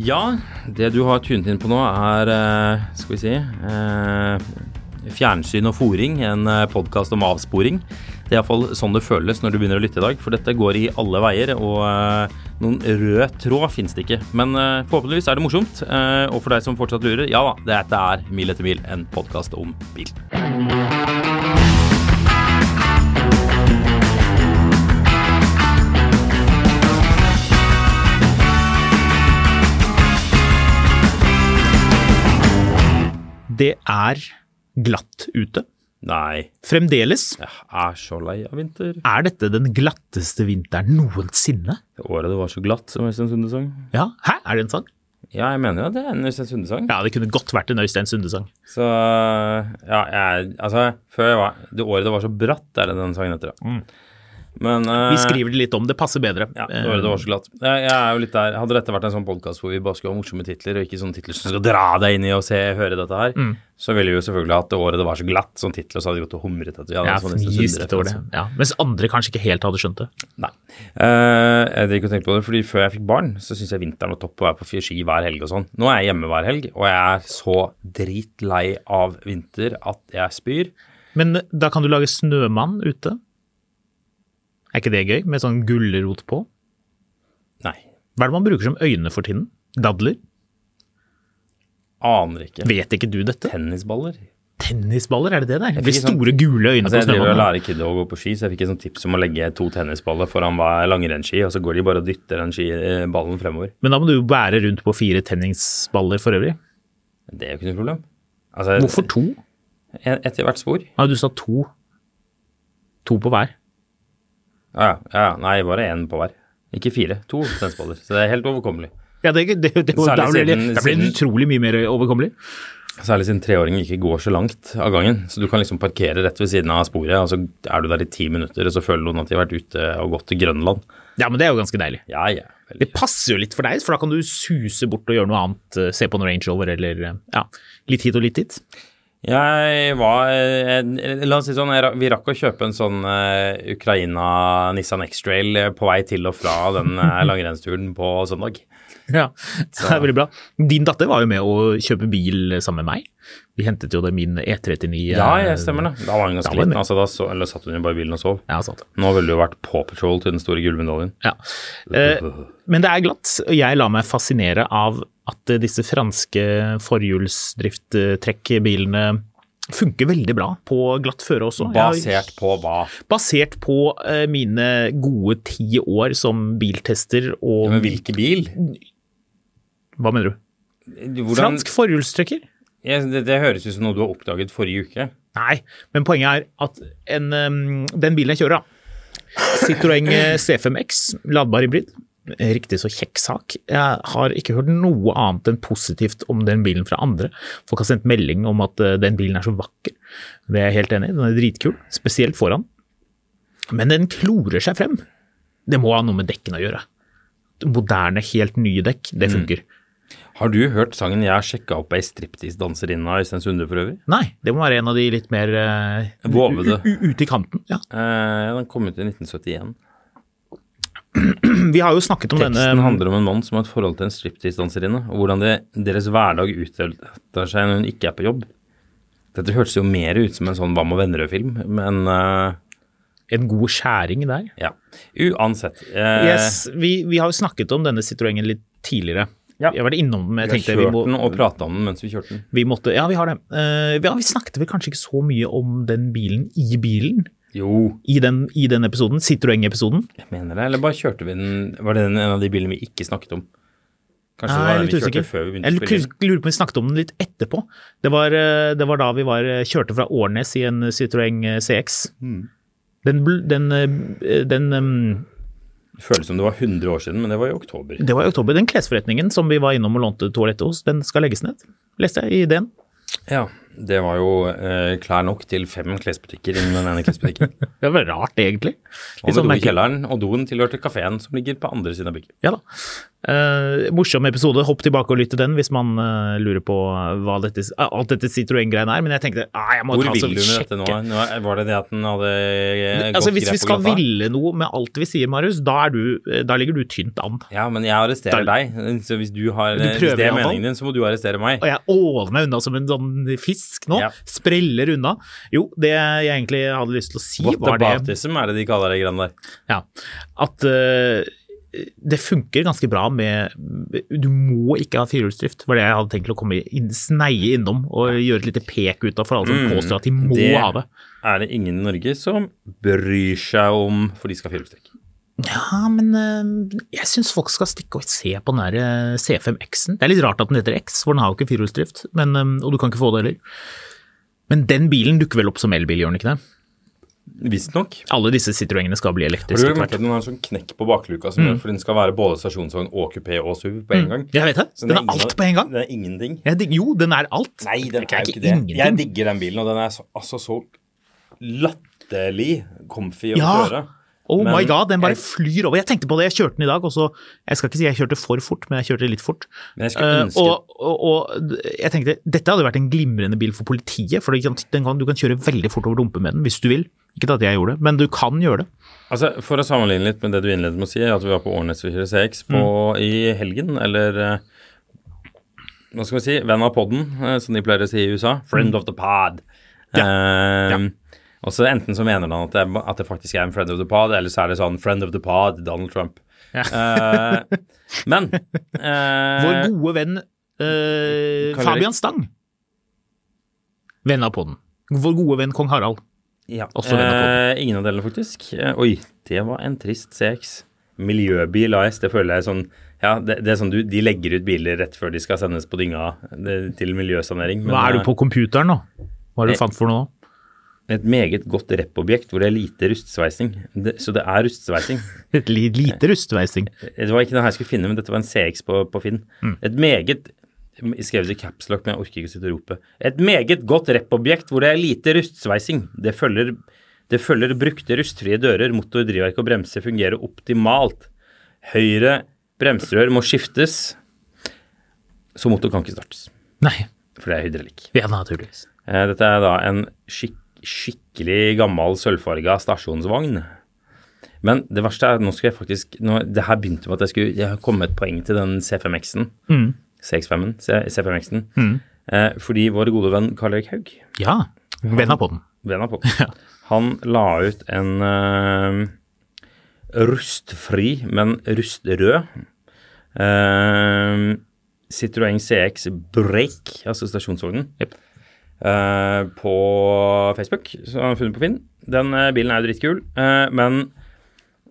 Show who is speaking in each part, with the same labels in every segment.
Speaker 1: Ja, det du har tunet inn på nå er, eh, skal vi si, eh, fjernsyn og fòring, en podkast om avsporing. Det er iallfall sånn det føles når du begynner å lytte i dag, for dette går i alle veier, og eh, noen rød tråd fins det ikke. Men eh, forhåpentligvis er det morsomt, eh, og for deg som fortsatt lurer, ja da, dette er Mil etter mil, en podkast om bil.
Speaker 2: Det er glatt ute.
Speaker 1: Nei,
Speaker 2: Fremdeles
Speaker 1: jeg er så lei av vinter.
Speaker 2: er dette den glatteste vinteren noensinne.
Speaker 1: Det året det var så glatt, som Øystein Sunde sang.
Speaker 2: Ja, hæ, er det en sang?
Speaker 1: Ja, jeg mener jo at det er en Øystein Sunde-sang.
Speaker 2: Ja, det kunne godt vært en Øystein Sunde-sang.
Speaker 1: Så eh, ja, jeg Altså, før jeg var Det året det var så bratt, er det den sangen heter, ja. Men eh,
Speaker 2: Mm. Vi skriver eh, det litt om, det passer bedre.
Speaker 1: ja, det året det var så glatt. Jeg, jeg er jo litt der. Hadde dette vært en sånn podkast hvor vi bare skulle ha morsomme titler, og ikke sånne titler som skal dra deg inn i og se, høre dette her,
Speaker 2: Mm.
Speaker 1: så ville vi jo selvfølgelig hatt det året det var så glatt, sånn tittel, og så hadde vi gått og humret etter. Ja, det
Speaker 2: Eh,
Speaker 1: er
Speaker 2: ja,
Speaker 1: sånn nesten
Speaker 2: fnist
Speaker 1: sundet,
Speaker 2: over det.
Speaker 1: altså.
Speaker 2: Ja, mens andre kanskje ikke helt hadde skjønt det.
Speaker 1: Nei. Eh, jeg driver ikke og tenker på det, fordi før jeg fikk barn, så syntes jeg vinteren var topp å være på ski hver helg og sånn. Nå er jeg hjemme hver helg, og jeg er så dritlei av vinter at jeg spyr.
Speaker 2: Men eh, da kan du lage snømann ute. Er ikke det gøy, med sånn gulrot på?
Speaker 1: Nei.
Speaker 2: Hva er det man bruker som øyne for tiden? Dadler?
Speaker 1: Aner ikke.
Speaker 2: Vet ikke du dette?
Speaker 1: Tennisballer?
Speaker 2: Tennisballer, er det det der? Det blir
Speaker 1: fikk sånn-
Speaker 2: store gule øyne
Speaker 1: Altså,
Speaker 2: på
Speaker 1: jeg driver og
Speaker 2: snømannen.
Speaker 1: lærer kidda å gå på ski, så jeg fikk et sånt tips om å legge to tennisballer foran hver langrennsski, og så går de bare og dytter den ski, eh, ballen fremover.
Speaker 2: Men da må du jo bære rundt på fire tennisballer for øvrig.
Speaker 1: Men Det er jo ikke noe problem. Altså,
Speaker 2: Hvorfor to?
Speaker 1: en- Etter hvert spor.
Speaker 2: Ja, du sa to. To på hver.
Speaker 1: Ja, ja, ja. Nei, bare én på hver. Ikke fire. To tennisballer. Så det er helt overkommelig.
Speaker 2: Ja, det, det, det, det,
Speaker 1: Særlig
Speaker 2: da blir det,
Speaker 1: siden-
Speaker 2: da blir det
Speaker 1: siden-
Speaker 2: utrolig mye mer overkommelig.
Speaker 1: Særlig siden treåringen ikke går så langt av gangen. Så du kan liksom parkere rett ved siden av sporet, og så er du der i ti minutter, og så føler noen at de har vært ute og gått til Grønland.
Speaker 2: Ja, men det er jo ganske deilig.
Speaker 1: Ja, ja. veldig.
Speaker 2: Det passer jo litt for deg, for da kan du suse bort og gjøre noe annet. eh, Se på en Range Rover eller eh, ja, litt hit og litt dit.
Speaker 1: Jeg var eh, La oss si sånn, jeg, ra- vi rakk å kjøpe en sånn eh, Ukraina Nissan X-Trail eh, på vei til og fra den eh, langrennsturen på søndag.
Speaker 2: Ja, det er veldig bra. Din datter var jo med å kjøpe bil sammen med meg. Vi hentet jo det min E39. eh,
Speaker 1: Ja, jeg stemmer det. Da var hun ganske
Speaker 2: Da var hun
Speaker 1: liten.
Speaker 2: med.
Speaker 1: Altså, da så, eller satt hun jo bare i bilen og sov.
Speaker 2: Ja, sant.
Speaker 1: Nå ville det jo vært Paw Patrol til den store gullmedaljen.
Speaker 2: Ja. Eh, men det er glatt, og jeg lar meg fascinere av at eh, disse franske forhjulsdrifttrekkbilene funker veldig bra på glatt føre også. Jeg har-
Speaker 1: Basert på hva?
Speaker 2: basert på eh, mine gode ti år som biltester og
Speaker 1: Men hvilken bil?
Speaker 2: Hva mener du?
Speaker 1: Hvordan,
Speaker 2: Fransk forhjulstrekker?
Speaker 1: Ja, det, det høres ut som noe du har oppdaget forrige uke.
Speaker 2: Nei, men poenget er at en, um, den bilen jeg kjører, da, Citroën eh, C5X, ladbar hybrid, riktig så kjekk sak. Jeg har ikke hørt noe annet enn positivt om den bilen fra andre. Folk har sendt melding om at eh, den bilen er så vakker. Det er jeg helt enig i, den er dritkul, spesielt foran. Men den klorer seg frem. Det må ha noe med dekkene å gjøre. Moderne, helt nye dekk, det funker.
Speaker 1: Har du hørt sangen 'Jeg har sjekka opp ei striptease-danserinne' av Øystein Sunde for øvrig?
Speaker 2: Nei, det må være en av de litt mer eh,
Speaker 1: Vovede.
Speaker 2: u- u- ute i kanten. Ja.
Speaker 1: Eh, den kom ut i 1971.
Speaker 2: Vi har jo snakket om
Speaker 1: Teksten
Speaker 2: denne um,
Speaker 1: handler om en mann som har et forhold til en striptease-danserinne, og hvordan det, deres hverdag utdelter seg når hun ikke er på jobb. Dette hørtes jo mer ut som en sånn Hva med Vennerød-film, men eh,
Speaker 2: en god skjæring der.
Speaker 1: Ja. Uansett. eh,
Speaker 2: Yes, vi, vi har jo snakket om denne Citroën litt tidligere.
Speaker 1: Ja.
Speaker 2: Vi har vært innom den,
Speaker 1: Vi
Speaker 2: men jeg
Speaker 1: har
Speaker 2: tenkte vi,
Speaker 1: kjørt
Speaker 2: må,
Speaker 1: den og prata om den mens vi kjørte den.
Speaker 2: vi måtte Ja, vi har det. Eh, ja, vi snakket vel kanskje ikke så mye om den bilen i bilen
Speaker 1: Jo,
Speaker 2: i den, i den episoden, Citroën-episoden.
Speaker 1: jeg mener det. Eller bare kjørte vi den Var det den en av de bilene vi ikke snakket om? Kanskje det
Speaker 2: Nei,
Speaker 1: var
Speaker 2: jeg er
Speaker 1: den
Speaker 2: litt
Speaker 1: vi kjørte
Speaker 2: usikker.
Speaker 1: før vi begynte
Speaker 2: Jeg
Speaker 1: å spille inn?
Speaker 2: lurer på om vi snakket om den litt etterpå. Det var, eh, det var da vi var, eh, kjørte fra Årnes i en Citroën eh, CX.
Speaker 1: Mm.
Speaker 2: Den, bl- den, eh, den em,
Speaker 1: Det føles som det var 100 år siden, men det var i oktober.
Speaker 2: Det var i oktober. Den klesforretningen som vi var innom og lånte toalettet hos, den skal legges ned, leste jeg i ideen.
Speaker 1: Ja, Det var jo eh, klær nok til fem klesbutikker innen den ene klesbutikken.
Speaker 2: Det var rart, egentlig.
Speaker 1: Og
Speaker 2: Litt
Speaker 1: med
Speaker 2: sånn
Speaker 1: do i
Speaker 2: merkelig.
Speaker 1: kjelleren, og doen tilhørte kafeen som ligger på andre siden av bygget.
Speaker 2: Ja da. Eh, morsom episode. Hopp tilbake og lytt til den hvis man eh, lurer på hva dette, eh, alt dette Citroën-greiene er. Men jeg tenkte ah, jeg må
Speaker 1: Hvor
Speaker 2: ta
Speaker 1: vil
Speaker 2: så
Speaker 1: du med dette nå?
Speaker 2: sjekke.
Speaker 1: nå? er- Var det det at den hadde eh, gått
Speaker 2: Altså, hvis
Speaker 1: greit på
Speaker 2: vi skal
Speaker 1: glatta?
Speaker 2: ville noe med alt vi sier, Marius, da, er du, eh, da ligger du tynt an.
Speaker 1: Ja, men jeg arresterer
Speaker 2: Da-
Speaker 1: deg. Så hvis, du har, eh,
Speaker 2: Du prøver
Speaker 1: hvis det er
Speaker 2: i hvert fall.
Speaker 1: meningen din, så må du arrestere meg.
Speaker 2: Og jeg åler meg unna som en sånn fisk nå.
Speaker 1: Ja.
Speaker 2: Spreller unna. Jo, det jeg egentlig hadde lyst til å si,
Speaker 1: What
Speaker 2: var det
Speaker 1: aboutism er det de kaller det greiene der.
Speaker 2: Ja, at eh, det funker ganske bra med Du må ikke ha firehjulsdrift, var det jeg hadde tenkt å komme inn, sneie innom og gjøre et lite pek ut av for alle som påstår at de må
Speaker 1: Mm, det-
Speaker 2: ha det.
Speaker 1: Er det ingen i Norge som bryr seg om for de skal ha firehjulstrekk?
Speaker 2: Ja, men eh, jeg syns folk skal stikke og se på den der eh, C5X-en. Det er litt rart at den heter X, for den har jo ikke firehjulsdrift, men, eh, og du kan ikke få det heller. Men den bilen dukker vel opp som elbil, gjør den ikke det?
Speaker 1: Visstnok.
Speaker 2: Alle disse Citroengene skal bli
Speaker 1: Har du
Speaker 2: elektriske.
Speaker 1: merket at den har en sånn knekk på bakluka
Speaker 2: Mm.
Speaker 1: som gjør for den skal være både stasjonsvogn og kupé og SUV på en gang?
Speaker 2: Jeg vet Mm. det.
Speaker 1: Så
Speaker 2: Den er
Speaker 1: ingen
Speaker 2: alt
Speaker 1: av-
Speaker 2: på en gang.
Speaker 1: Den er ingenting.
Speaker 2: Jeg digger- Jo, den er alt.
Speaker 1: Nei, den
Speaker 2: Det er
Speaker 1: er jo
Speaker 2: ikke
Speaker 1: ikke det. Jeg
Speaker 2: ingenting.
Speaker 1: digger den bilen, og den er så, altså så latterlig comfy å
Speaker 2: Ja.
Speaker 1: kjøre.
Speaker 2: Oh
Speaker 1: Men
Speaker 2: my god, den bare
Speaker 1: jeg,
Speaker 2: flyr over. Jeg tenkte på det, jeg kjørte den i dag, og så Jeg skal ikke si jeg kjørte for fort, men jeg kjørte litt fort.
Speaker 1: Men jeg skulle
Speaker 2: Eh,
Speaker 1: ønske-
Speaker 2: og, og, og d- jeg tenkte dette hadde vært en glimrende bil for politiet, for det kan- den kan, du kan kjøre veldig fort over rumpa med den hvis du vil. Ikke at jeg gjorde det, men du kan gjøre det.
Speaker 1: altså, for å sammenligne litt med det du innledet med å si, at vi var på Årnes vi kjører CX på,
Speaker 2: Mm.
Speaker 1: i helgen, eller eh, hva skal vi si, venn av podden, eh, som de pleier å si i USA. Friend
Speaker 2: Mm.
Speaker 1: of the pod. Eh, Og så enten så mener han at det, er- at det faktisk er en friend of the pod, eller så er det sånn friend of the pod, Donald Trump. Eh, men eh,
Speaker 2: Vår gode venn eh,
Speaker 1: Karl Erik.
Speaker 2: Fabian Stang. Venn av podden. Vår gode venn kong Harald.
Speaker 1: Ja.
Speaker 2: Også denne
Speaker 1: Eh, ingen av delene, faktisk. Eh, oi, det var en trist CX. Miljøbil AS, det føler jeg sånn Ja, det, det er sånn du De legger ut biler rett før de skal sendes på dynga det, til miljøsanering. men,
Speaker 2: Hva er du på computeren nå? Hva har
Speaker 1: Eh,
Speaker 2: du fant for noe
Speaker 1: eh,
Speaker 2: nå?
Speaker 1: Et meget godt rep-objekt hvor det er lite rustsveising. Det, så det er rustsveising.
Speaker 2: Et li- lite rustveising.
Speaker 1: Det var ikke den her jeg skulle finne, men dette var en CX på, på Finn. Et meget jeg skrev det i caps lock, men jeg orker ikke å sitte og rope. Et meget godt rep-objekt hvor det er lite rustsveising. Det følger, det følger brukte rustfrie dører, motor, drivverk og bremser fungerer optimalt. Høyre bremserør må skiftes, så motor kan ikke startes,
Speaker 2: Nei.
Speaker 1: for det er hydraulikk.
Speaker 2: Ja, naturligvis.
Speaker 1: Eh, Dette er da en skik skikkelig gammel sølvfarga stasjonsvogn. Men det verste er, nå skal jeg faktisk nå, Det her begynte med at jeg skulle jeg kom med et poeng til den C5X-en. CX5-en. C5X-en. Eh, fordi vår gode venn Karl Erik Haug,
Speaker 2: Ja. Venn av podden.
Speaker 1: venn av podden, han la ut en eh, rustfri, men rustrød eh, Citroën CX Break, altså stasjonsvognen eh, på Facebook, som han har funnet på Finn. Den eh, bilen er jo drittkul, eh, men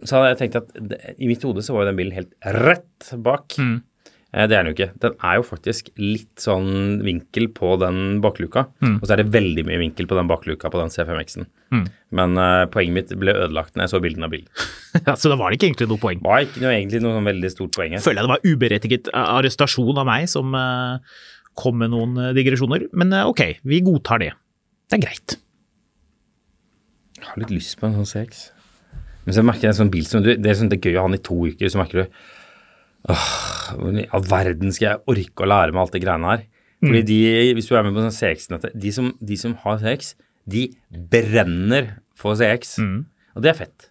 Speaker 1: så hadde jeg tenkt at det, i mitt hode så var jo den bilen helt rett bak. Eh, det er den jo ikke. Den er jo faktisk litt sånn vinkel på den bakluka, og så er det veldig mye vinkel på den bakluka på den C5X-en. Men eh, poenget mitt ble ødelagt når jeg så bilden av bilen.
Speaker 2: Ja, så da var det ikke egentlig noe poeng.
Speaker 1: Det var ikke noe, egentlig noe sånn veldig stort poeng her.
Speaker 2: Føler jeg det var uberettiget eh, arrestasjon av meg som eh, kom med noen eh, digresjoner. Men eh, ok, vi godtar det. Det er greit.
Speaker 1: Jeg har litt lyst på en sånn CX. Men så merker jeg en sånn bil som du Det er, sånn, det er gøy å ha den i to uker, så merker du Åh, hvordan i all verden skal jeg orke å lære meg alt det greiene her? Fordi de, hvis du er med på sånn CX-nettet de, som- de som har CX, de brenner for CX. Og det er fett.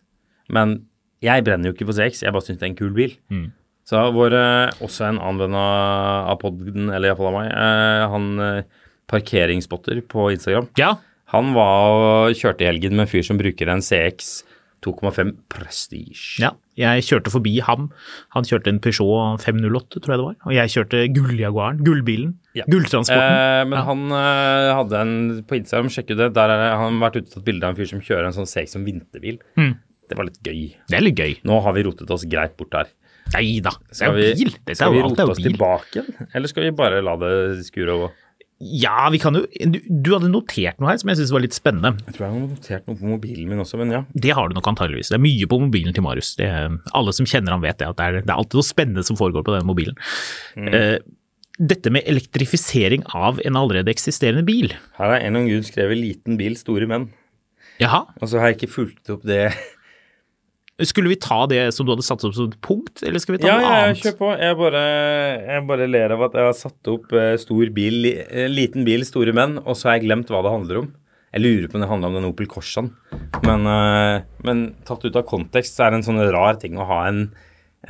Speaker 1: Men jeg brenner jo ikke for CX, jeg bare syns det er en kul bil. Så var eh, også en annen venn av av podden, eller iallfall av meg, eh, han eh, parkeringsspotter på Instagram.
Speaker 2: Ja.
Speaker 1: Han var og kjørte i helgen med en fyr som bruker en CX 2,5 prestige.
Speaker 2: Ja, jeg kjørte forbi ham. Han kjørte en Peugeot 508, tror jeg det var. Og jeg kjørte gulljaguaren, gullbilen,
Speaker 1: Ja.
Speaker 2: gulltransporten.
Speaker 1: Eh, men han eh, hadde en på Instagram, sjekk ut det, der er, han har vært ute og tatt bilde av en fyr som kjører en sånn seg som vinterbil.
Speaker 2: Mm.
Speaker 1: Det var litt gøy.
Speaker 2: Det er litt gøy.
Speaker 1: Nå har vi rotet oss greit bort der.
Speaker 2: Nei da, det
Speaker 1: Skal
Speaker 2: er
Speaker 1: vi,
Speaker 2: jo bil. Dette
Speaker 1: skal
Speaker 2: er
Speaker 1: vi
Speaker 2: jo alt, det
Speaker 1: rote
Speaker 2: er
Speaker 1: oss
Speaker 2: jo bil.
Speaker 1: tilbake igjen, eller skal vi bare la det skure over?
Speaker 2: Ja, vi kan jo Du, du hadde notert noe her som jeg syntes var litt spennende.
Speaker 1: Jeg tror jeg har notert noe på mobilen min også, men ja.
Speaker 2: Det har du nok antageligvis. Det er mye på mobilen til Marius. Det, alle som kjenner ham vet det, at det er, det er alltid noe spennende som foregår på den mobilen.
Speaker 1: Mm.
Speaker 2: Eh, dette med elektrifisering av en allerede eksisterende bil.
Speaker 1: Her har en om Gud skrevet 'liten bil, store menn'.
Speaker 2: Jaha,
Speaker 1: Og så har jeg ikke fulgt opp det.
Speaker 2: skulle vi ta det som du hadde satt opp som et punkt, eller skal vi ta
Speaker 1: Ja,
Speaker 2: noe
Speaker 1: ja, ja,
Speaker 2: annet?
Speaker 1: kjør på. Jeg bare, jeg bare ler av at jeg har satt opp eh, stor bil, li- eh, liten bil, store menn, og så har jeg glemt hva det handler om. Jeg lurer på om det handler om den Opel Corsaen. Men, eh, men tatt ut av kontekst så er det en sånn rar ting å ha en,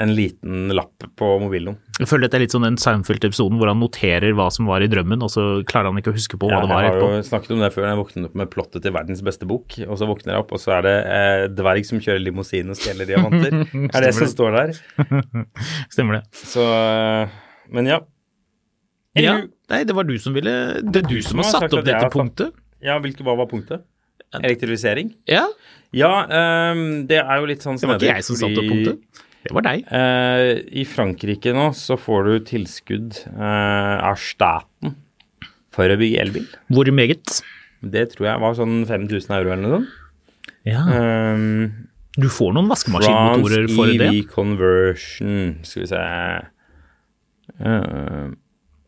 Speaker 1: en liten lapp på mobilen.
Speaker 2: Jeg føler dette er litt sånn den Seinfeld-episoden hvor han noterer hva som var i drømmen, og så klarer han ikke å huske på hva
Speaker 1: Ja,
Speaker 2: det var
Speaker 1: jeg
Speaker 2: etterpå.
Speaker 1: har jo snakket om det før. Jeg våknet opp med plottet til verdens beste bok, og så våkner jeg opp, og så er det eh, dverg som kjører limousin og stjeler diamanter. er det som står der.
Speaker 2: Stemmer det.
Speaker 1: Så eh, Men ja.
Speaker 2: Ja,
Speaker 1: Anywho.
Speaker 2: nei, det var du som ville Det er du som har satt
Speaker 1: sagt at
Speaker 2: opp
Speaker 1: jeg
Speaker 2: dette
Speaker 1: har satt-
Speaker 2: punktet.
Speaker 1: Ja, hvilke, hva var punktet? Elektrifisering?
Speaker 2: Ja,
Speaker 1: Ja, ehm, det er jo litt sånn
Speaker 2: det var
Speaker 1: snedig,
Speaker 2: ikke jeg som satte opp
Speaker 1: fordi,
Speaker 2: punktet. Det var deg.
Speaker 1: eh, I Frankrike nå så får du tilskudd eh, av staten for å bygge elbil.
Speaker 2: Hvor meget?
Speaker 1: Det tror jeg var sånn 5000 euro eller noe sånt.
Speaker 2: Ja.
Speaker 1: Um,
Speaker 2: Du får noen
Speaker 1: France
Speaker 2: vaskemaskinmotorer for det.
Speaker 1: EV E Conversion, skal vi se Eh,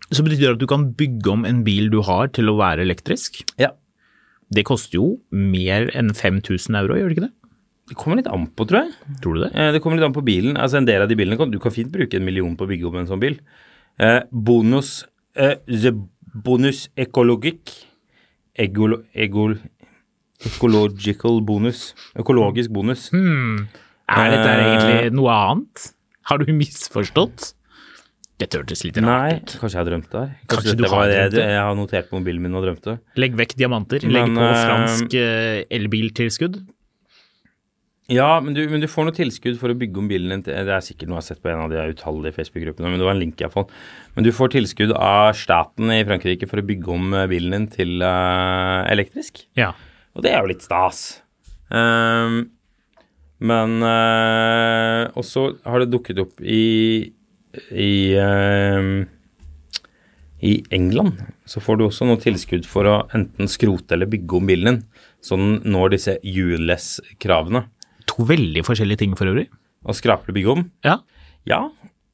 Speaker 2: Så betyr det at du kan bygge om en bil du har til å være elektrisk.
Speaker 1: Ja.
Speaker 2: Det koster jo mer enn 5000 euro, gjør det ikke det?
Speaker 1: Mm. Det kommer litt an på, tror jeg.
Speaker 2: Tror du det?
Speaker 1: Eh, Det kommer litt an på bilen. Altså En del av de bilene kan du kan fint bruke en million på å bygge om en sånn bil. Eh, bonus eh, The bonus ecologikk egolo, egol, Ecological bonus. Økologisk bonus.
Speaker 2: Hmm. Er dette her
Speaker 1: Eh.
Speaker 2: egentlig noe annet? Har du misforstått? Dette hørtes litt
Speaker 1: Nei,
Speaker 2: rart ut.
Speaker 1: kanskje jeg har drømt det her. Kanskje,
Speaker 2: Kanskje du
Speaker 1: dette
Speaker 2: har
Speaker 1: var det
Speaker 2: drømt det?
Speaker 1: jeg har notert på mobilen min og drømte.
Speaker 2: Legg vekk diamanter, legg
Speaker 1: Men,
Speaker 2: på
Speaker 1: eh,
Speaker 2: fransk eh, elbiltilskudd.
Speaker 1: Ja, men du, men du får noe tilskudd for å bygge om bilen din. til- Det er sikkert noe jeg har sett på en av de utallige Facebook-gruppene, men det var en link jeg fant. Men du får tilskudd av staten i Frankrike for å bygge om eh, bilen din til eh, elektrisk.
Speaker 2: Ja.
Speaker 1: Og det er jo litt stas. Ehm, men eh, Og så har det dukket opp i i, ehm, I England så får du også noe tilskudd for å enten skrote eller bygge om bilen din, så den når disse ULS-kravene.
Speaker 2: To veldig forskjellige ting for øvrig.
Speaker 1: Og skraper du bygge om?
Speaker 2: Ja.
Speaker 1: Ja.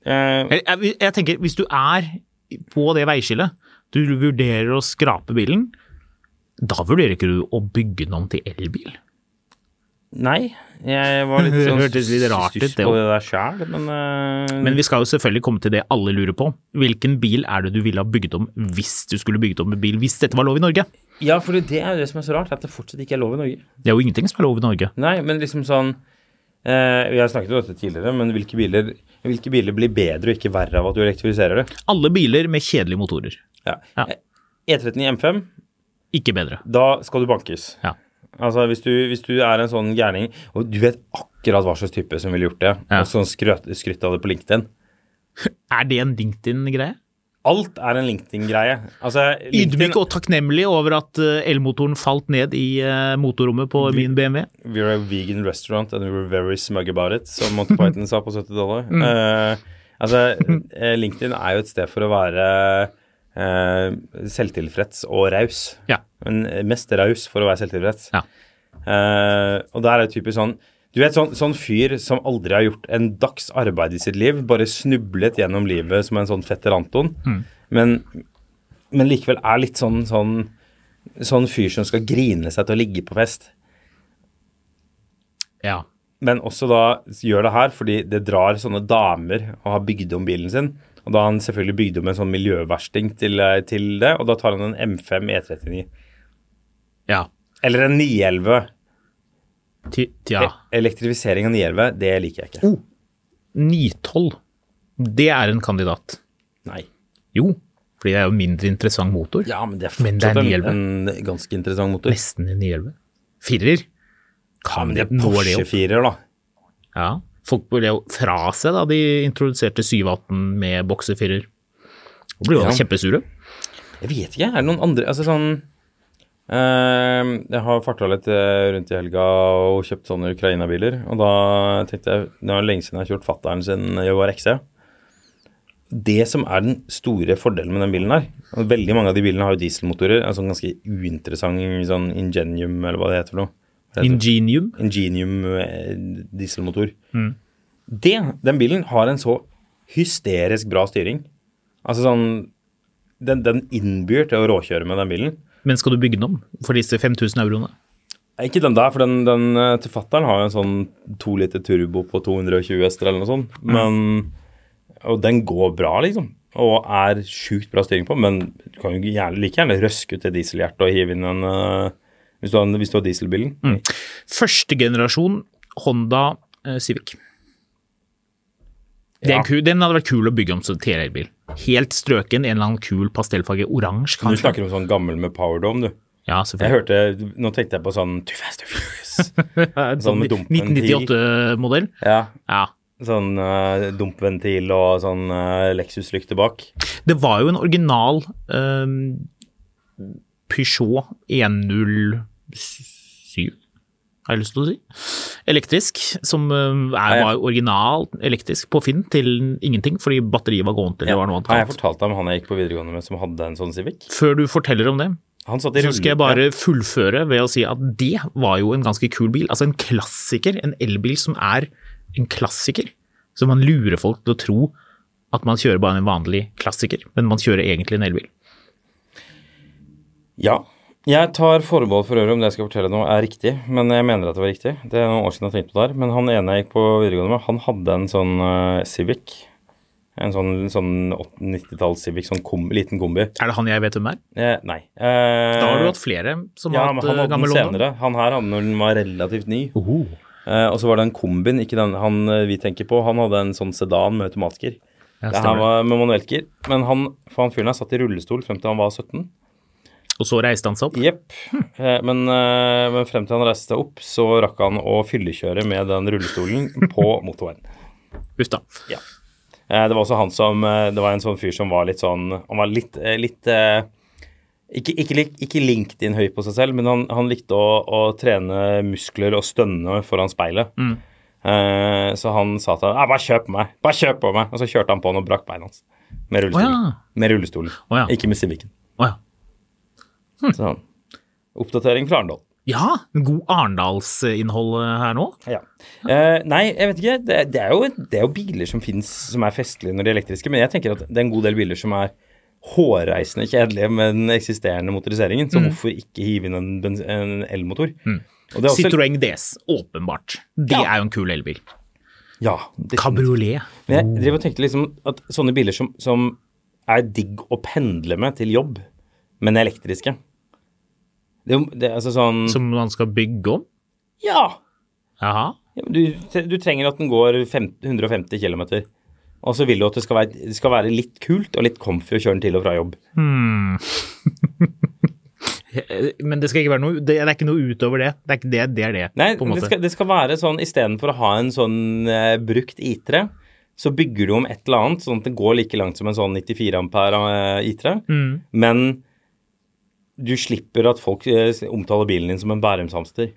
Speaker 1: Eh,
Speaker 2: Jeg, jeg, jeg tenker, hvis du er på det veiskillet, du vurderer å skrape bilen, da vurderer ikke du å bygge den om til elbil.
Speaker 1: nei, jeg var litt
Speaker 2: Det
Speaker 1: sånn
Speaker 2: hørtes litt rart ut,
Speaker 1: styrs
Speaker 2: det
Speaker 1: på
Speaker 2: også.
Speaker 1: det der sjæl, men, eh,
Speaker 2: Men vi skal jo selvfølgelig komme til det alle lurer på. Hvilken bil er det du ville ha bygget om hvis du skulle bygget om en bil, hvis dette var lov i Norge?
Speaker 1: Ja, for det er jo det som er så rart, at det fortsatt ikke er lov i Norge.
Speaker 2: Det er jo ingenting som er lov i Norge.
Speaker 1: Nei, men liksom sånn eh, Vi har snakket om dette tidligere, men hvilke biler, hvilke biler blir bedre og ikke verre av at du elektrifiserer det?
Speaker 2: Alle biler med kjedelige motorer.
Speaker 1: Ja.
Speaker 2: Ja.
Speaker 1: E13 i M5,
Speaker 2: Ikke bedre.
Speaker 1: da skal du bankes.
Speaker 2: Ja.
Speaker 1: Altså hvis du, hvis du er en sånn gærning, og du vet akkurat hva slags type som ville gjort det,
Speaker 2: Ja.
Speaker 1: og sånn skrøt, skrytt av det på LinkedIn.
Speaker 2: Er det en LinkedIn-greie?
Speaker 1: Alt er en LinkedIn-greie. Altså, LinkedIn-
Speaker 2: Ydmyk og takknemlig over at eh, elmotoren falt ned i eh, motorrommet på min BMW.
Speaker 1: We're a vegan restaurant and we were very smug about it, som Monty Python sa på 70 dollar.
Speaker 2: Mm.
Speaker 1: Eh, altså, eh, LinkedIn er jo et sted for å være eh, selvtilfreds og raus.
Speaker 2: Ja.
Speaker 1: Men mest raus for å være selvtilfreds.
Speaker 2: Ja.
Speaker 1: Eh, og der er det typisk sånn Du vet sånn, sånn fyr som aldri har gjort en dags arbeid i sitt liv, bare snublet gjennom livet som en sånn fetter Anton,
Speaker 2: Mm.
Speaker 1: men, men likevel er litt sånn, sånn Sånn fyr som skal grine seg til å ligge på fest
Speaker 2: Ja.
Speaker 1: men også da gjør det her fordi det drar sånne damer og har bygd om bilen sin. Og da har han selvfølgelig bygd om en sånn miljøversting til, eh, til det, og da tar han en M5 E39.
Speaker 2: Ja.
Speaker 1: Eller en 911.
Speaker 2: Ti, ja.
Speaker 1: E- Elektrifisering av 911, det liker jeg ikke.
Speaker 2: 912. Det er en kandidat.
Speaker 1: Nei.
Speaker 2: Jo, fordi det er jo en mindre interessant motor.
Speaker 1: Ja, men det er
Speaker 2: Men det er
Speaker 1: fortsatt en,
Speaker 2: 911.
Speaker 1: en ganske interessant motor.
Speaker 2: Nesten en 911. Firer. Kan
Speaker 1: Men de
Speaker 2: det når det opp?
Speaker 1: Porsche-firer, da.
Speaker 2: Ja. Folk ble jo fra seg da de introduserte 718 med boksefirer. Og ble jo
Speaker 1: Ja.
Speaker 2: kjempesure.
Speaker 1: Jeg vet ikke. Er det noen andre Altså sånn eh, Jeg har farta litt eh, rundt i helga og kjøpt sånne Ukraina-biler. Og da tenkte jeg Det var lenge siden jeg har kjørt fatteren sin Jaguar XC. Det som er den store fordelen med den bilen her og Veldig mange av de bilene har jo dieselmotorer. En sånn ganske uinteressant sånn Ingenium, eller hva det heter for noe. Hva heter det?
Speaker 2: Ingenium.
Speaker 1: Ingenium eh, dieselmotor. Det, den bilen har en så hysterisk bra styring. Altså sånn Den, den innbyr til å råkjøre med den bilen.
Speaker 2: Men skal du bygge den om for disse 5000 euroene?
Speaker 1: Eh, Ikke den der, for den, den eh, til fatteren har jo en sånn to liter turbo på 220 hester eller noe sånt. Men, Og den går bra, liksom. Og er sjukt bra styring på, men du kan jo gjerne, like gjerne røske ut det dieselhjertet og hive inn en eh, hvis du har, en- hvis du har dieselbilen.
Speaker 2: Første generasjon Honda eh, Civic. Det er
Speaker 1: Ja.
Speaker 2: en ku, den hadde vært kul å bygge om som TL-bil. Helt strøken, en eller annen kul pastellfarge. Oransje,
Speaker 1: Du
Speaker 2: kanskje.
Speaker 1: snakker om sånn gammel med powerdome, du.
Speaker 2: Ja,
Speaker 1: Jeg
Speaker 2: selvfølgelig.
Speaker 1: hørte, Nå tenkte jeg på sånn Too Fast and Furious. sånn med dumpen
Speaker 2: 1998-modell.
Speaker 1: ja,
Speaker 2: Ja.
Speaker 1: sånn eh, dumpventil og sånn eh, Lexus-lykte bak.
Speaker 2: Det var jo en original eh, Peugeot 107, har jeg lyst til å si. Elektrisk, som eh,
Speaker 1: jeg-
Speaker 2: er, var original elektrisk på Finn til ingenting, fordi batteriet var gåent eller var noe
Speaker 1: Har jeg
Speaker 2: annet.
Speaker 1: fortalt deg om han jeg gikk på videregående med som hadde en sånn Civic?
Speaker 2: Før du forteller om det,
Speaker 1: Han satt i
Speaker 2: så skal jeg bare fullføre ved å si at det var jo en ganske kul bil. Altså en klassiker, en elbil som er en klassiker. Så man lurer folk til å tro at man kjører bare en vanlig klassiker, men man kjører egentlig en elbil.
Speaker 1: Ja. Jeg tar forbehold for øret om det jeg skal fortelle nå er riktig, men jeg mener at det var riktig. Det er noen år siden jeg tenkte på det her. Men han ene jeg gikk på videregående med, han hadde en sånn eh, Civic. En sånn, sånn 90-talls Civic, sånn kom, liten kombi.
Speaker 2: Er det han jeg vet hvem er?
Speaker 1: Eh, nei. Eh,
Speaker 2: Da har du hatt flere som
Speaker 1: ja,
Speaker 2: har
Speaker 1: men
Speaker 2: hatt
Speaker 1: han
Speaker 2: eh,
Speaker 1: hadde den
Speaker 2: gammel London.
Speaker 1: senere. Han her hadde den når den var relativt ny.
Speaker 2: Oho.
Speaker 1: Eh, og så var det en kombin, ikke den han eh, vi tenker på. Han hadde en sånn sedan med automatgir.
Speaker 2: Ja,
Speaker 1: det her
Speaker 2: stemmer.
Speaker 1: var med manuelt gir. Men han, for han fyren her satt i rullestol frem til han var 17.
Speaker 2: Og så reiste han seg opp.
Speaker 1: Jepp. Eh, men, eh, men frem til han reiste seg opp, så rakk han å fyllekjøre med den rullestolen på motorveien.
Speaker 2: Uff da.
Speaker 1: Eh, det var også han som eh, Det var en sånn fyr som var litt sånn Han var litt, eh, litt eh, ikke, ikke, lik- ikke LinkedIn høy på seg selv, men han, han likte å, å trene muskler og stønne foran speilet.
Speaker 2: Mm.
Speaker 1: Eh, så han sa til ham «Ja, 'Bare kjøp meg! Bare kjøp på meg!' Og så kjørte han på han og brakk beina hans. Med rullestolen.
Speaker 2: Å ja.
Speaker 1: Med rullestolen.
Speaker 2: Å ja. Mm.
Speaker 1: Ikke med Civicen.
Speaker 2: Å ja.
Speaker 1: Sånn. Oppdatering fra Arendal.
Speaker 2: Ja, en god Arendalsinnhold eh, her nå.
Speaker 1: Ja. Eh, nei, jeg vet ikke. Det, det, er jo, det er jo biler som finnes som er festlige når de er elektriske, men jeg tenker at det er en god del biler som er hårreisende kjedelige med den eksisterende motoriseringen, så hvorfor ikke hive inn en, bens- en elmotor? Og det er også-
Speaker 2: Citroën DS, åpenbart. Det
Speaker 1: Ja. Mm.
Speaker 2: er jo en kul elbil.
Speaker 1: Ja. det-
Speaker 2: Cabriolet.
Speaker 1: Men jeg driver og tenkte liksom at sånne biler som, som er digg å pendle med til jobb, men er elektriske det, er jo- det er altså sånn
Speaker 2: Som man skal bygge om.
Speaker 1: Ja!
Speaker 2: Jaha.
Speaker 1: Ja, men du, du trenger at den går 50 150 km. Og så vil du at det skal være, det skal være litt kult og litt comfy å kjøre den til og fra jobb.
Speaker 2: Eh, Men det skal ikke være noe Det er ikke noe utover det. Det er ikke det, det er det.
Speaker 1: Nei,
Speaker 2: på en
Speaker 1: det
Speaker 2: måte.
Speaker 1: skal, det skal være sånn istedenfor å ha en sånn eh, brukt I3, så bygger du om et eller annet, sånn at det går like langt som en sånn 94 ampere eh, I3.
Speaker 2: Mm.
Speaker 1: Men du slipper at folk eh, omtaler bilen din som en Bærumshamster.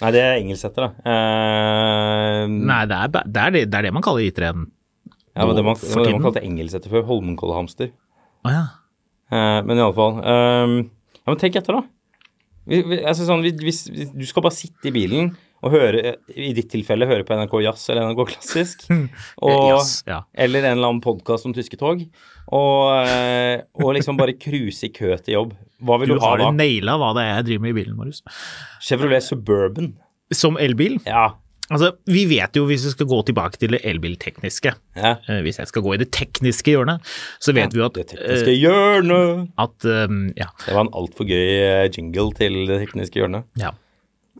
Speaker 1: Nei, det er Engelseter, da. Eh,
Speaker 2: Nei, det er, ba- det, er det, det er det man kaller I3-en.
Speaker 1: ja, det var det man, det
Speaker 2: for
Speaker 1: var det man
Speaker 2: tiden.
Speaker 1: kalte Engelseter før. Holmenkollhamster.
Speaker 2: Å ja.
Speaker 1: Eh, men iallfall um, Ja, men tenk etter, da. Vi, vi, altså sånn, vi, hvis, hvis, du skal bare sitte i bilen og høre, i ditt tilfelle, høre på NRK Jazz eller NRK Klassisk. og,
Speaker 2: Jazz, ja.
Speaker 1: Eller en eller annen podkast om tyske tog. Og, eh, og liksom bare cruise i kø til jobb. Hva
Speaker 2: Du
Speaker 1: vil du, ha
Speaker 2: har
Speaker 1: da?
Speaker 2: jo naila hva det er jeg driver med i bilen, Marius.
Speaker 1: Chevrolet Suburban.
Speaker 2: Som elbil
Speaker 1: Ja.
Speaker 2: Altså, vi vet jo, hvis vi skal gå tilbake til det elbiltekniske
Speaker 1: ja.
Speaker 2: eh, Hvis jeg skal gå i det tekniske hjørnet, så vet vi jo at,
Speaker 1: Det tekniske hjørnet.
Speaker 2: eh, at eh, ja,
Speaker 1: Det var en altfor gøy eh, jingle til Det tekniske hjørnet.
Speaker 2: ja.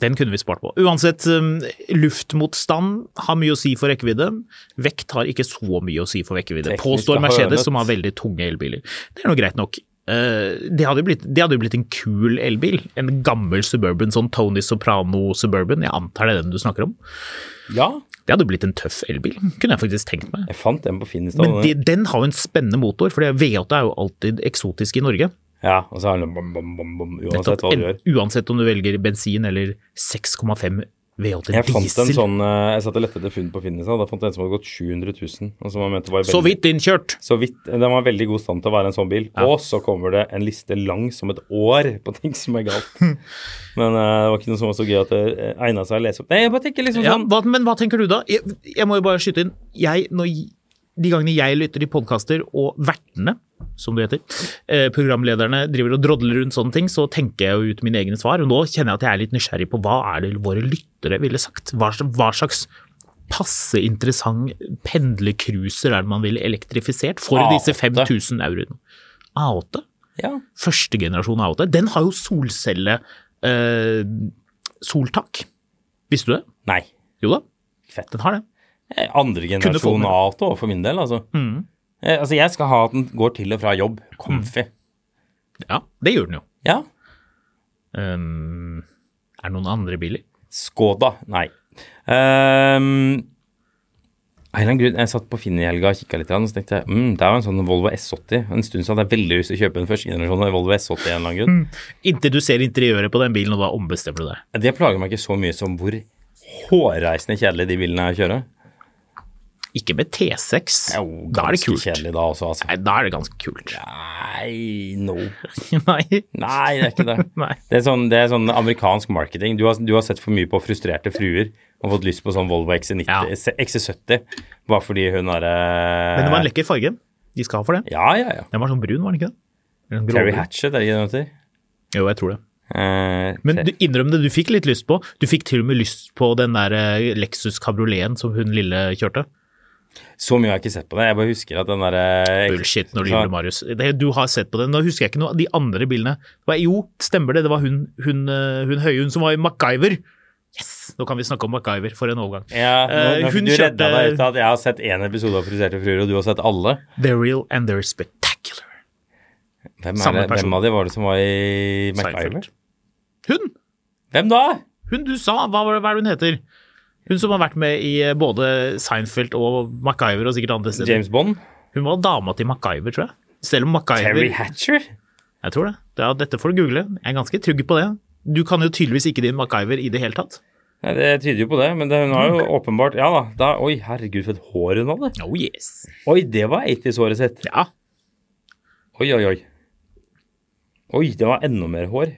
Speaker 2: Den kunne vi spart på. Uansett, eh, luftmotstand har mye å si for rekkevidde. Vekt har ikke så mye å si for rekkevidde,
Speaker 1: Teknisk
Speaker 2: påstår
Speaker 1: har
Speaker 2: Mercedes,
Speaker 1: hønet.
Speaker 2: som har veldig tunge elbiler. Det er nå greit nok. Eh, det hadde jo blitt, det hadde jo blitt en kul elbil. En gammel Suburban, sånn Tony Soprano Suburban. Jeg antar det er den du snakker om.
Speaker 1: Ja,
Speaker 2: Det hadde jo blitt en tøff elbil, kunne jeg faktisk tenkt meg.
Speaker 1: jeg fant den på Finn i stad.
Speaker 2: Men de, den har jo en spennende motor, for det- V8 er jo alltid eksotisk i Norge.
Speaker 1: Ja, og så er den bom, bom, bom, bom, uansett hva du gjør.
Speaker 2: En- Uansett om du velger bensin eller 6,5 V8
Speaker 1: Jeg fant
Speaker 2: diesel.
Speaker 1: en sånn, eh, jeg satt og lette etter funn på Finn i stad, da fant jeg en som hadde gått 700 000. Og som jeg mente var i veldig-
Speaker 2: Så vidt innkjørt!
Speaker 1: Så vidt, Den var i veldig god stand til å være en sånn bil. Og så kommer det en liste lang som et år på ting som er galt. Men eh, det var ikke noe som var så gøy at det eh, egnet seg å lese opp. Nei, jeg bare tenker liksom
Speaker 2: Ja,
Speaker 1: sånn
Speaker 2: hva, men hva tenker du da? Jeg, jeg må jo bare skyte inn. Jeg, når, j- de gangene jeg lytter til podkaster, og vertene, som det heter, eh, programlederne driver og drodler rundt sånne ting, så tenker jeg jo ut mine egne svar. Og nå kjenner jeg at jeg er litt nysgjerrig på hva er det våre lyttere ville sagt? Hva, sl- hva slags passe interessant pendlercruiser er det man ville elektrifisert for
Speaker 1: A8.
Speaker 2: disse 5000 euroene? A8?
Speaker 1: ja.
Speaker 2: Første generasjon A8. Den har jo solcelle eh, soltak. Visste du det?
Speaker 1: Nei.
Speaker 2: Jo da.
Speaker 1: Fett.
Speaker 2: Den har det.
Speaker 1: Eh, Andre
Speaker 2: få
Speaker 1: generasjon
Speaker 2: med. Mm.
Speaker 1: Auto for min del, altså. Eh, altså. Jeg skal ha at den går til og fra jobb.
Speaker 2: Mm.
Speaker 1: Comfy.
Speaker 2: Ja, det gjør den jo.
Speaker 1: Ja.
Speaker 2: Ehm, er det noen andre biler?
Speaker 1: Skoda. Nei. Ehm, av en eller annen grunn, Jeg satt på Finn i helga og kikka litt, og så tenkte jeg mm, det er jo en sånn Volvo S80. En stund så hadde jeg veldig lyst til å kjøpe en førstegenerasjon Volvo S80. av en eller annen grunn.
Speaker 2: Mm. Inntil du ser interiøret på den bilen, og da ombestemmer du deg.
Speaker 1: Det plager meg ikke så mye som hvor hårreisende kjedelig de bilene her kjører.
Speaker 2: Ikke med T6.
Speaker 1: Det er jo
Speaker 2: da er det
Speaker 1: ganske
Speaker 2: kult.
Speaker 1: Kjedelig da også, altså.
Speaker 2: Nei, da er det ganske kult.
Speaker 1: Nei, no.
Speaker 2: Nei.
Speaker 1: Nei, det er ikke det.
Speaker 2: Nei.
Speaker 1: Det er sånn, det er sånn amerikansk marketing. Du har, du har sett for mye på frustrerte fruer og fått lyst på sånn Volvo XC90,
Speaker 2: Ja.
Speaker 1: XC70 E bare fordi hun er eh,
Speaker 2: Men det var en lekker farge. De skal ha for det.
Speaker 1: Ja, ja, ja.
Speaker 2: Den var sånn brun, var den ikke det? Eller sånn grå-
Speaker 1: Terry Hatchet, er det ikke det hun heter?
Speaker 2: Jo, jeg tror det.
Speaker 1: Eh,
Speaker 2: Men
Speaker 1: se.
Speaker 2: du innrøm det, du fikk litt lyst på. Du fikk til og med lyst på den der eh, Lexus kabrioleten som hun lille kjørte.
Speaker 1: Så mye har jeg ikke sett på det. Jeg bare husker at den eh, derre
Speaker 2: Bullshit når du gjorde det, Marius. Det, du har sett på det. Nå husker jeg ikke noe av de andre bilene. Det var, jo, stemmer det. Det var hun, hun, eh, hun høye, hun som var i MacGyver. Yes! Nå kan vi snakke om MacGyver for en overgang.
Speaker 1: Ja, nå,
Speaker 2: Eh,
Speaker 1: nå,
Speaker 2: hun
Speaker 1: du redda
Speaker 2: kjørte-
Speaker 1: deg ut av at jeg har sett én episode av Frustrerte fruer, og du har sett alle.
Speaker 2: They're real and they're spectacular.
Speaker 1: Hvem, er
Speaker 2: Samme
Speaker 1: det,
Speaker 2: person.
Speaker 1: hvem av de var det som var i MacGyver?
Speaker 2: Seinfeld. Hun!
Speaker 1: Hvem da?
Speaker 2: Hun du sa! Hva, var det- hva er det hun heter? Hun som har vært med i eh, både Seinfeld og MacGyver og sikkert andre steder.
Speaker 1: James Bond?
Speaker 2: Hun var dama til MacGyver, tror jeg. Selv om
Speaker 1: Terry
Speaker 2: MacGyver
Speaker 1: Hatcher?
Speaker 2: Jeg tror det. Ja, dette får du google. Jeg er ganske trygg på det. Du kan jo tydeligvis ikke din MacGyver i det hele tatt.
Speaker 1: Nei, det tyder jo på det, men det, hun har jo
Speaker 2: Mm.
Speaker 1: åpenbart Ja da. da oi, herregud, for et hår hun hadde.
Speaker 2: Oh yes.
Speaker 1: Oi, det var 80s-håret sitt.
Speaker 2: Ja,
Speaker 1: Oi, oi, oi. Oi, det var enda mer hår.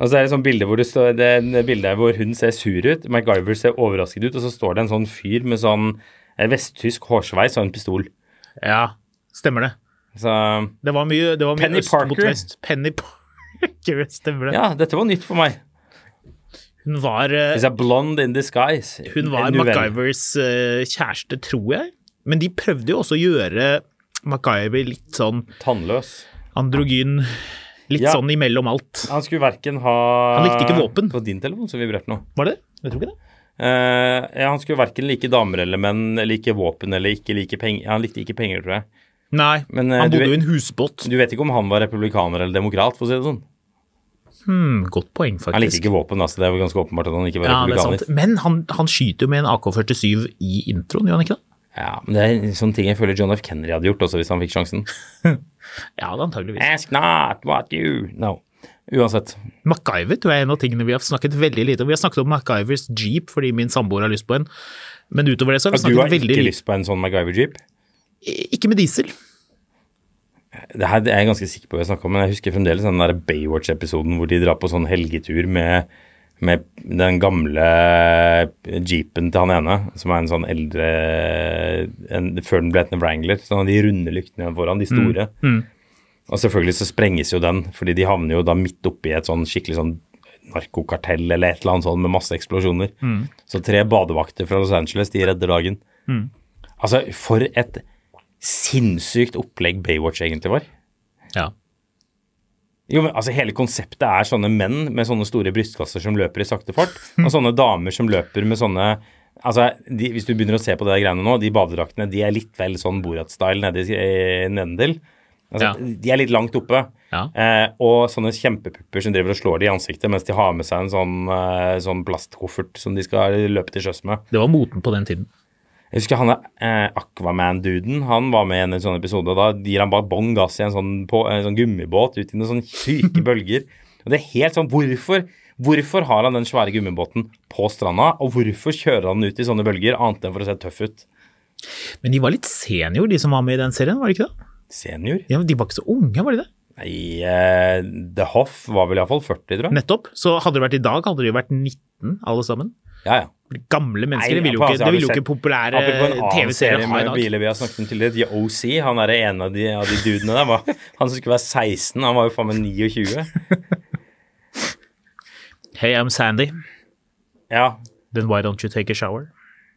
Speaker 1: Og så er det sånn bilde hvor det står, det er en bilde hvor hun ser sur ut, MacGyver ser overrasket ut, og så står det en sånn fyr med sånn eh, vesttysk hårsveis og en pistol.
Speaker 2: ja. stemmer det.
Speaker 1: Så
Speaker 2: Det var mye, det var mye
Speaker 1: Penny
Speaker 2: øst mot
Speaker 1: Parker.
Speaker 2: vest. Penny Parker, stemmer det.
Speaker 1: ja, dette var nytt for meg.
Speaker 2: Hun var, eh,
Speaker 1: Hvis jeg er blonde in disguise.
Speaker 2: hun var
Speaker 1: en uvenn.
Speaker 2: MacGyvers eh, kjæreste, tror jeg. Men de prøvde jo også å gjøre MacGyver litt sånn
Speaker 1: Tannløs.
Speaker 2: androgyn. Litt
Speaker 1: Ja.
Speaker 2: sånn imellom alt.
Speaker 1: Han skulle verken ha
Speaker 2: Han likte ikke våpen.
Speaker 1: På din telefon så vibrerte noe.
Speaker 2: Var det det? Jeg tror ikke det.
Speaker 1: Eh, ja, han skulle verken like damer eller menn, like våpen eller ikke like penger. Han likte ikke penger, tror jeg.
Speaker 2: Nei,
Speaker 1: Men, eh,
Speaker 2: han
Speaker 1: du
Speaker 2: bodde jo
Speaker 1: vet-
Speaker 2: i en husbåt.
Speaker 1: Du vet ikke om han var republikaner eller demokrat, for å si det sånn.
Speaker 2: Hmm, godt poeng,
Speaker 1: Han likte
Speaker 2: faktisk.
Speaker 1: ikke våpen, altså. Det er jo ganske åpenbart at han ikke var
Speaker 2: Ja, det er sant.
Speaker 1: republikaner.
Speaker 2: Men han, han skyter jo med en AK-47 i introen, gjør han ikke det?
Speaker 1: Ja, men det er en sånn ting jeg føler John F. Kennedy hadde gjort også, hvis han fikk sjansen.
Speaker 2: Ja, det er antageligvis.
Speaker 1: Ask not what you No. Uansett.
Speaker 2: MacGyver tror jeg er en av tingene vi har snakket veldig lite om. Vi har snakket om MacGyvers jeep fordi min samboer har lyst på en, men utover det så har vi
Speaker 1: Du har
Speaker 2: snakket
Speaker 1: ikke
Speaker 2: veldig lite.
Speaker 1: lyst på en sånn MacGyver-jeep?
Speaker 2: Ikke med diesel.
Speaker 1: Det her er jeg ganske sikker på hva jeg snakker om, men jeg husker fremdeles den der Baywatch-episoden hvor de drar på sånn helgetur med, med den gamle jeepen til han ene, som er en sånn eldre en, Før den ble hetende Wrangler. Sånn av de runde lyktene foran, de store. Og selvfølgelig så sprenges jo den, fordi de havner jo da midt oppi et sånn skikkelig sånn narkokartell eller et eller annet sånn med masse eksplosjoner. Så tre badevakter fra Los Angeles, de redder dagen. Altså, for et sinnssykt opplegg Baywatch egentlig var.
Speaker 2: Ja.
Speaker 1: Jo, men altså Hele konseptet er sånne menn med sånne store brystkasser som løper i sakte fart, og sånne damer som løper med sånne Altså, de, Hvis du begynner å se på de der greiene nå, de badedraktene de er litt vel sånn Borat-style nedi eh, nedendel. Altså,
Speaker 2: Ja.
Speaker 1: De er litt langt oppe.
Speaker 2: Ja.
Speaker 1: Eh, og sånne kjempepupper som driver og slår de i ansiktet mens de har med seg en sånn, eh, sånn plastkoffert som de skal løpe til sjøs med.
Speaker 2: Det var moten på den tiden.
Speaker 1: Jeg husker han der, eh, Aquaman-duden. Han var med i en sånn episode, og da gir han bare bånn gass i en sånn, på, en sånn gummibåt ut i noen sånne syke bølger. Og det er helt sånn, hvorfor, hvorfor har han den svære gummibåten på stranda, og hvorfor kjører han den ut i sånne bølger, annet enn for å se tøff ut?
Speaker 2: Men de var litt senior, de som var med i den serien, var de ikke det?
Speaker 1: Senior?
Speaker 2: Ja, men de var ikke så unge, var de det?
Speaker 1: Nei, eh, The Hoff var vel iallfall 40, tror jeg.
Speaker 2: Nettopp. Så hadde det vært i dag, hadde de jo vært 19 alle sammen.
Speaker 1: Ja, ja.
Speaker 2: Gamle mennesker, det ville jo
Speaker 1: apropos,
Speaker 2: ikke, det
Speaker 1: har
Speaker 2: ville jo
Speaker 1: vi
Speaker 2: ikke
Speaker 1: sett-
Speaker 2: populære
Speaker 1: apropos en annen
Speaker 2: TV-serier
Speaker 1: serie
Speaker 2: ha i
Speaker 1: med
Speaker 2: dag.
Speaker 1: biler vi har snakket om tidligere, The OC, han er det ene av de, av de dudene der, var, han som skulle være 16, han var jo faen meg 29.
Speaker 2: Hey, I'm Sandy.
Speaker 1: Ja.
Speaker 2: Then why don't you take a shower?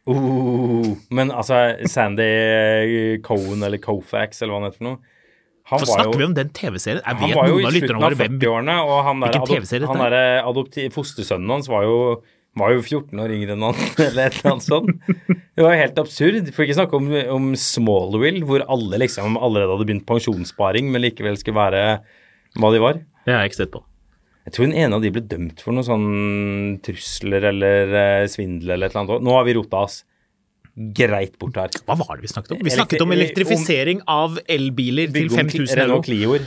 Speaker 1: Uh, men altså, Sandy eh, Cohen eller Kofax eller hva han heter for noe, han
Speaker 2: For snakker vi om den TV-serien?
Speaker 1: han
Speaker 2: Jeg vet
Speaker 1: var jo
Speaker 2: noen
Speaker 1: i
Speaker 2: av lytterne
Speaker 1: slutten av
Speaker 2: våre hvem
Speaker 1: 40-årene, og han der,
Speaker 2: Hvilken
Speaker 1: adop-
Speaker 2: TV-serie dette
Speaker 1: han
Speaker 2: er?
Speaker 1: der eh, adopti- fostersønnen hans var jo, var jo 14 år yngre enn han, eller et eller annet sånt. Det var jo helt absurd. For ikke snakke om, om Smallwill, hvor alle liksom allerede hadde begynt pensjonssparing, men likevel skulle være hva de var.
Speaker 2: Det har jeg ikke sett på.
Speaker 1: Jeg tror den ene av de ble dømt for noen sånn trusler eller eh, svindel eller et eller annet. Nå har vi rota oss greit bort her.
Speaker 2: Hva var det vi snakket om? Vi
Speaker 1: Elektri-
Speaker 2: snakket om
Speaker 1: om-
Speaker 2: elektrifisering av elbiler til
Speaker 1: Bygge om
Speaker 2: 5000 euro.
Speaker 1: Renault Clioer.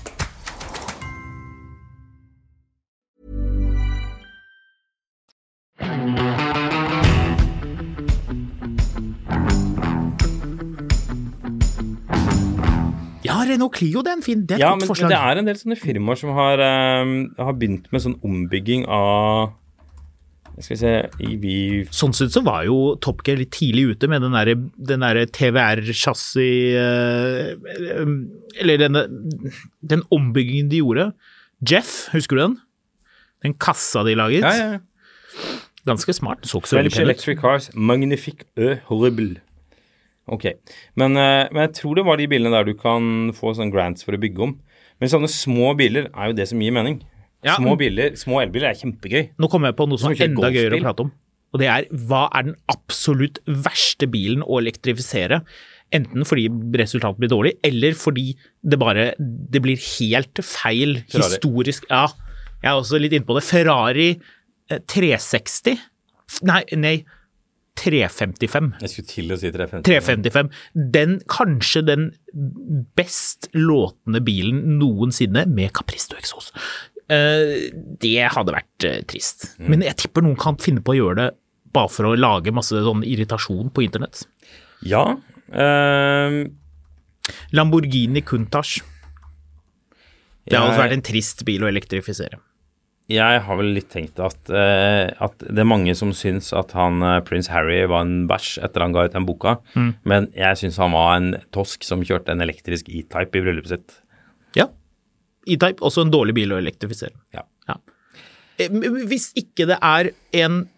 Speaker 2: Ja, Renault Clio, det er en fin Det er et
Speaker 1: Ja,
Speaker 2: godt
Speaker 1: men
Speaker 2: forslag.
Speaker 1: det er en del sånne firmaer som har, eh, har begynt med sånn ombygging av Skal vi se E EV
Speaker 2: Sånn sett så var jo Top Gear litt tidlig ute med den derre den der TVR-chassis eh, Eller denne, den ombyggingen de gjorde. Jeff, husker du den? Den kassa de laget.
Speaker 1: Ja, ja. ja.
Speaker 2: Ganske smart. Så ikke så veldig
Speaker 1: French
Speaker 2: pen ut.
Speaker 1: Electric Cars Magnifique Ø Horrible. Ok. Men, eh, men jeg tror det var de bilene der du kan få sånn grants for å bygge om. Men sånne små biler er jo det som gir mening.
Speaker 2: Ja.
Speaker 1: Små biler, små elbiler er kjempegøy.
Speaker 2: Nå kommer jeg på noe
Speaker 1: Som
Speaker 2: som er
Speaker 1: ikke
Speaker 2: enda gøyere å
Speaker 1: golfbil.
Speaker 2: prate om. Og det er hva er den absolutt verste bilen å elektrifisere? Enten fordi resultatet blir dårlig, eller fordi det bare det blir helt feil
Speaker 1: Ferrari.
Speaker 2: historisk Ja, jeg er også litt inne på det. Ferrari eh, 360 F- Nei, nei 355.
Speaker 1: Jeg skulle til å si 350.
Speaker 2: 355. Den kanskje den best låtende bilen noensinne med Capristo-eksos. Eh, det hadde vært eh, trist. Men jeg tipper noen kan finne på å gjøre det bare for å lage masse sånn irritasjon på internett.
Speaker 1: Ja. eh,
Speaker 2: Lamborghini Countach. Det hadde
Speaker 1: jeg-
Speaker 2: vært en trist bil å elektrifisere.
Speaker 1: Jeg har vel litt tenkt at, eh, at det er mange som syns at han eh, prins Harry var en bæsj etter han ga ut den boka,
Speaker 2: Mm.
Speaker 1: men jeg syns han var en tosk som kjørte en elektrisk E-type i bryllupet sitt.
Speaker 2: Ja. E-Type, også en dårlig bil å elektrifisere.
Speaker 1: Ja.
Speaker 2: Ja. Eh, men Hvis ikke det er en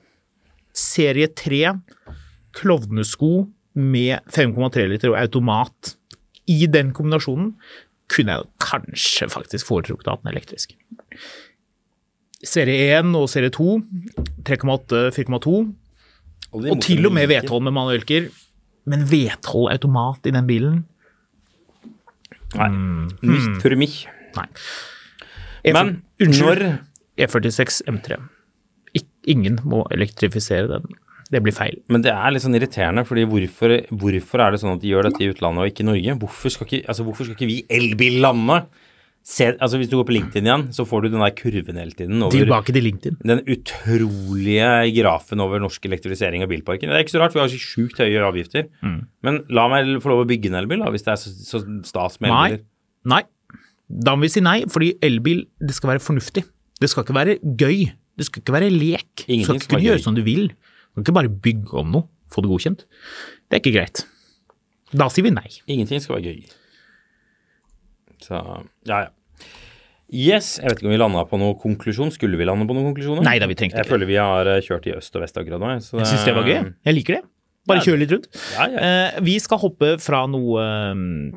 Speaker 2: serie 3 klovnesko med 5,3 liter og automat i den kombinasjonen, kunne jeg kanskje faktisk foretrukket at den er elektrisk. Serie 1 og serie 2, 3,8, 4,2, og til og med V12 med manuelker. Men V12 automat i den bilen?
Speaker 1: Nei.
Speaker 2: Mm.
Speaker 1: Nicht für mich.
Speaker 2: Nei.
Speaker 1: Men
Speaker 2: Altså, unnskyld.
Speaker 1: når
Speaker 2: E46 M3. Ik ingen må elektrifisere den. Det blir feil.
Speaker 1: Men det er litt sånn irriterende, fordi hvorfor, hvorfor er det sånn at de gjør dette i utlandet og ikke i Norge? Hvorfor skal ikke, altså hvorfor skal ikke vi elbillandet? Se, altså hvis du går på LinkedIn igjen, så får du den der kurven hele tiden over
Speaker 2: Tilbake til LinkedIn.
Speaker 1: den utrolige grafen over norsk elektrifisering av bilparken. Det er ikke så rart, for vi har så sjukt høye avgifter.
Speaker 2: Mm.
Speaker 1: Men la meg få lov å bygge en elbil, da, hvis det er så, så stas med
Speaker 2: Nei.
Speaker 1: elbiler.
Speaker 2: nei. Da må vi si nei, fordi elbil det skal være fornuftig. Det skal ikke være gøy. Det skal ikke være lek. Du
Speaker 1: Ingenting som
Speaker 2: skal ikke
Speaker 1: er
Speaker 2: kunne
Speaker 1: gøy.
Speaker 2: gjøre som du vil. Du kan ikke bare bygge om noe, få det godkjent. Det er ikke greit. Da sier vi nei.
Speaker 1: Ingenting skal være gøy. Så ja, ja. Yes, jeg vet ikke om vi landa på noen konklusjon. Skulle vi lande på noen konklusjoner?
Speaker 2: Nei da, vi trengte
Speaker 1: Jeg
Speaker 2: ikke.
Speaker 1: føler vi har eh, kjørt i øst og vest akkurat nå. jeg, Så eh,
Speaker 2: Jeg syns det var gøy. Jeg liker det. Bare
Speaker 1: Ehm, Ja.
Speaker 2: kjøre litt rundt.
Speaker 1: Ja, ja.
Speaker 2: Eh, vi skal hoppe fra noe eh,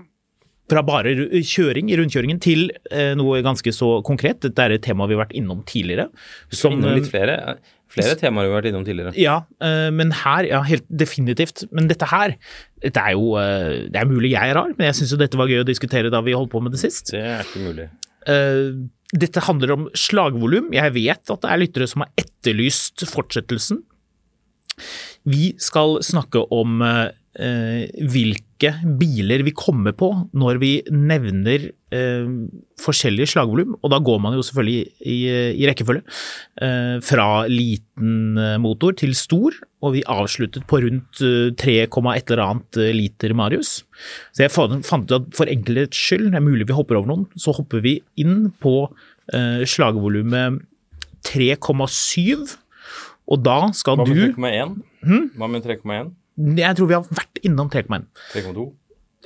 Speaker 2: fra bare ru- kjøring i rundkjøringen til eh, noe ganske så konkret. Dette er et tema vi har vært innom tidligere. Som,
Speaker 1: Innom litt
Speaker 2: eh,
Speaker 1: flere, flere temaer vi har vært innom tidligere.
Speaker 2: Ja, eh, men her Ja, helt definitivt. Men dette her Dette er jo eh, Det er mulig jeg er rar, men jeg syns jo dette var gøy å diskutere da vi holdt på med det sist.
Speaker 1: Det er ikke mulig.
Speaker 2: Eh, dette handler om slagvolum. Jeg vet at det er lyttere som har etterlyst fortsettelsen. Vi skal snakke om eh, eh, hvilke biler vi kommer på når vi nevner eh, forskjellige slagvolum. Og da går man jo selvfølgelig i, i rekkefølge. Eh, fra liten eh, motor til stor, og vi avsluttet på rundt eh, 3, et eller annet eh, liter Marius. Så jeg fant fant ut at for enkelhets skyld, det er mulig vi hopper over noen, så hopper vi inn på eh, slagvolumet 3,7. Og da skal
Speaker 1: Hva med
Speaker 2: du Hm?
Speaker 1: 3,1? Hva med 3,1?
Speaker 2: jeg tror vi har vært innom 3,1.
Speaker 1: 3,2?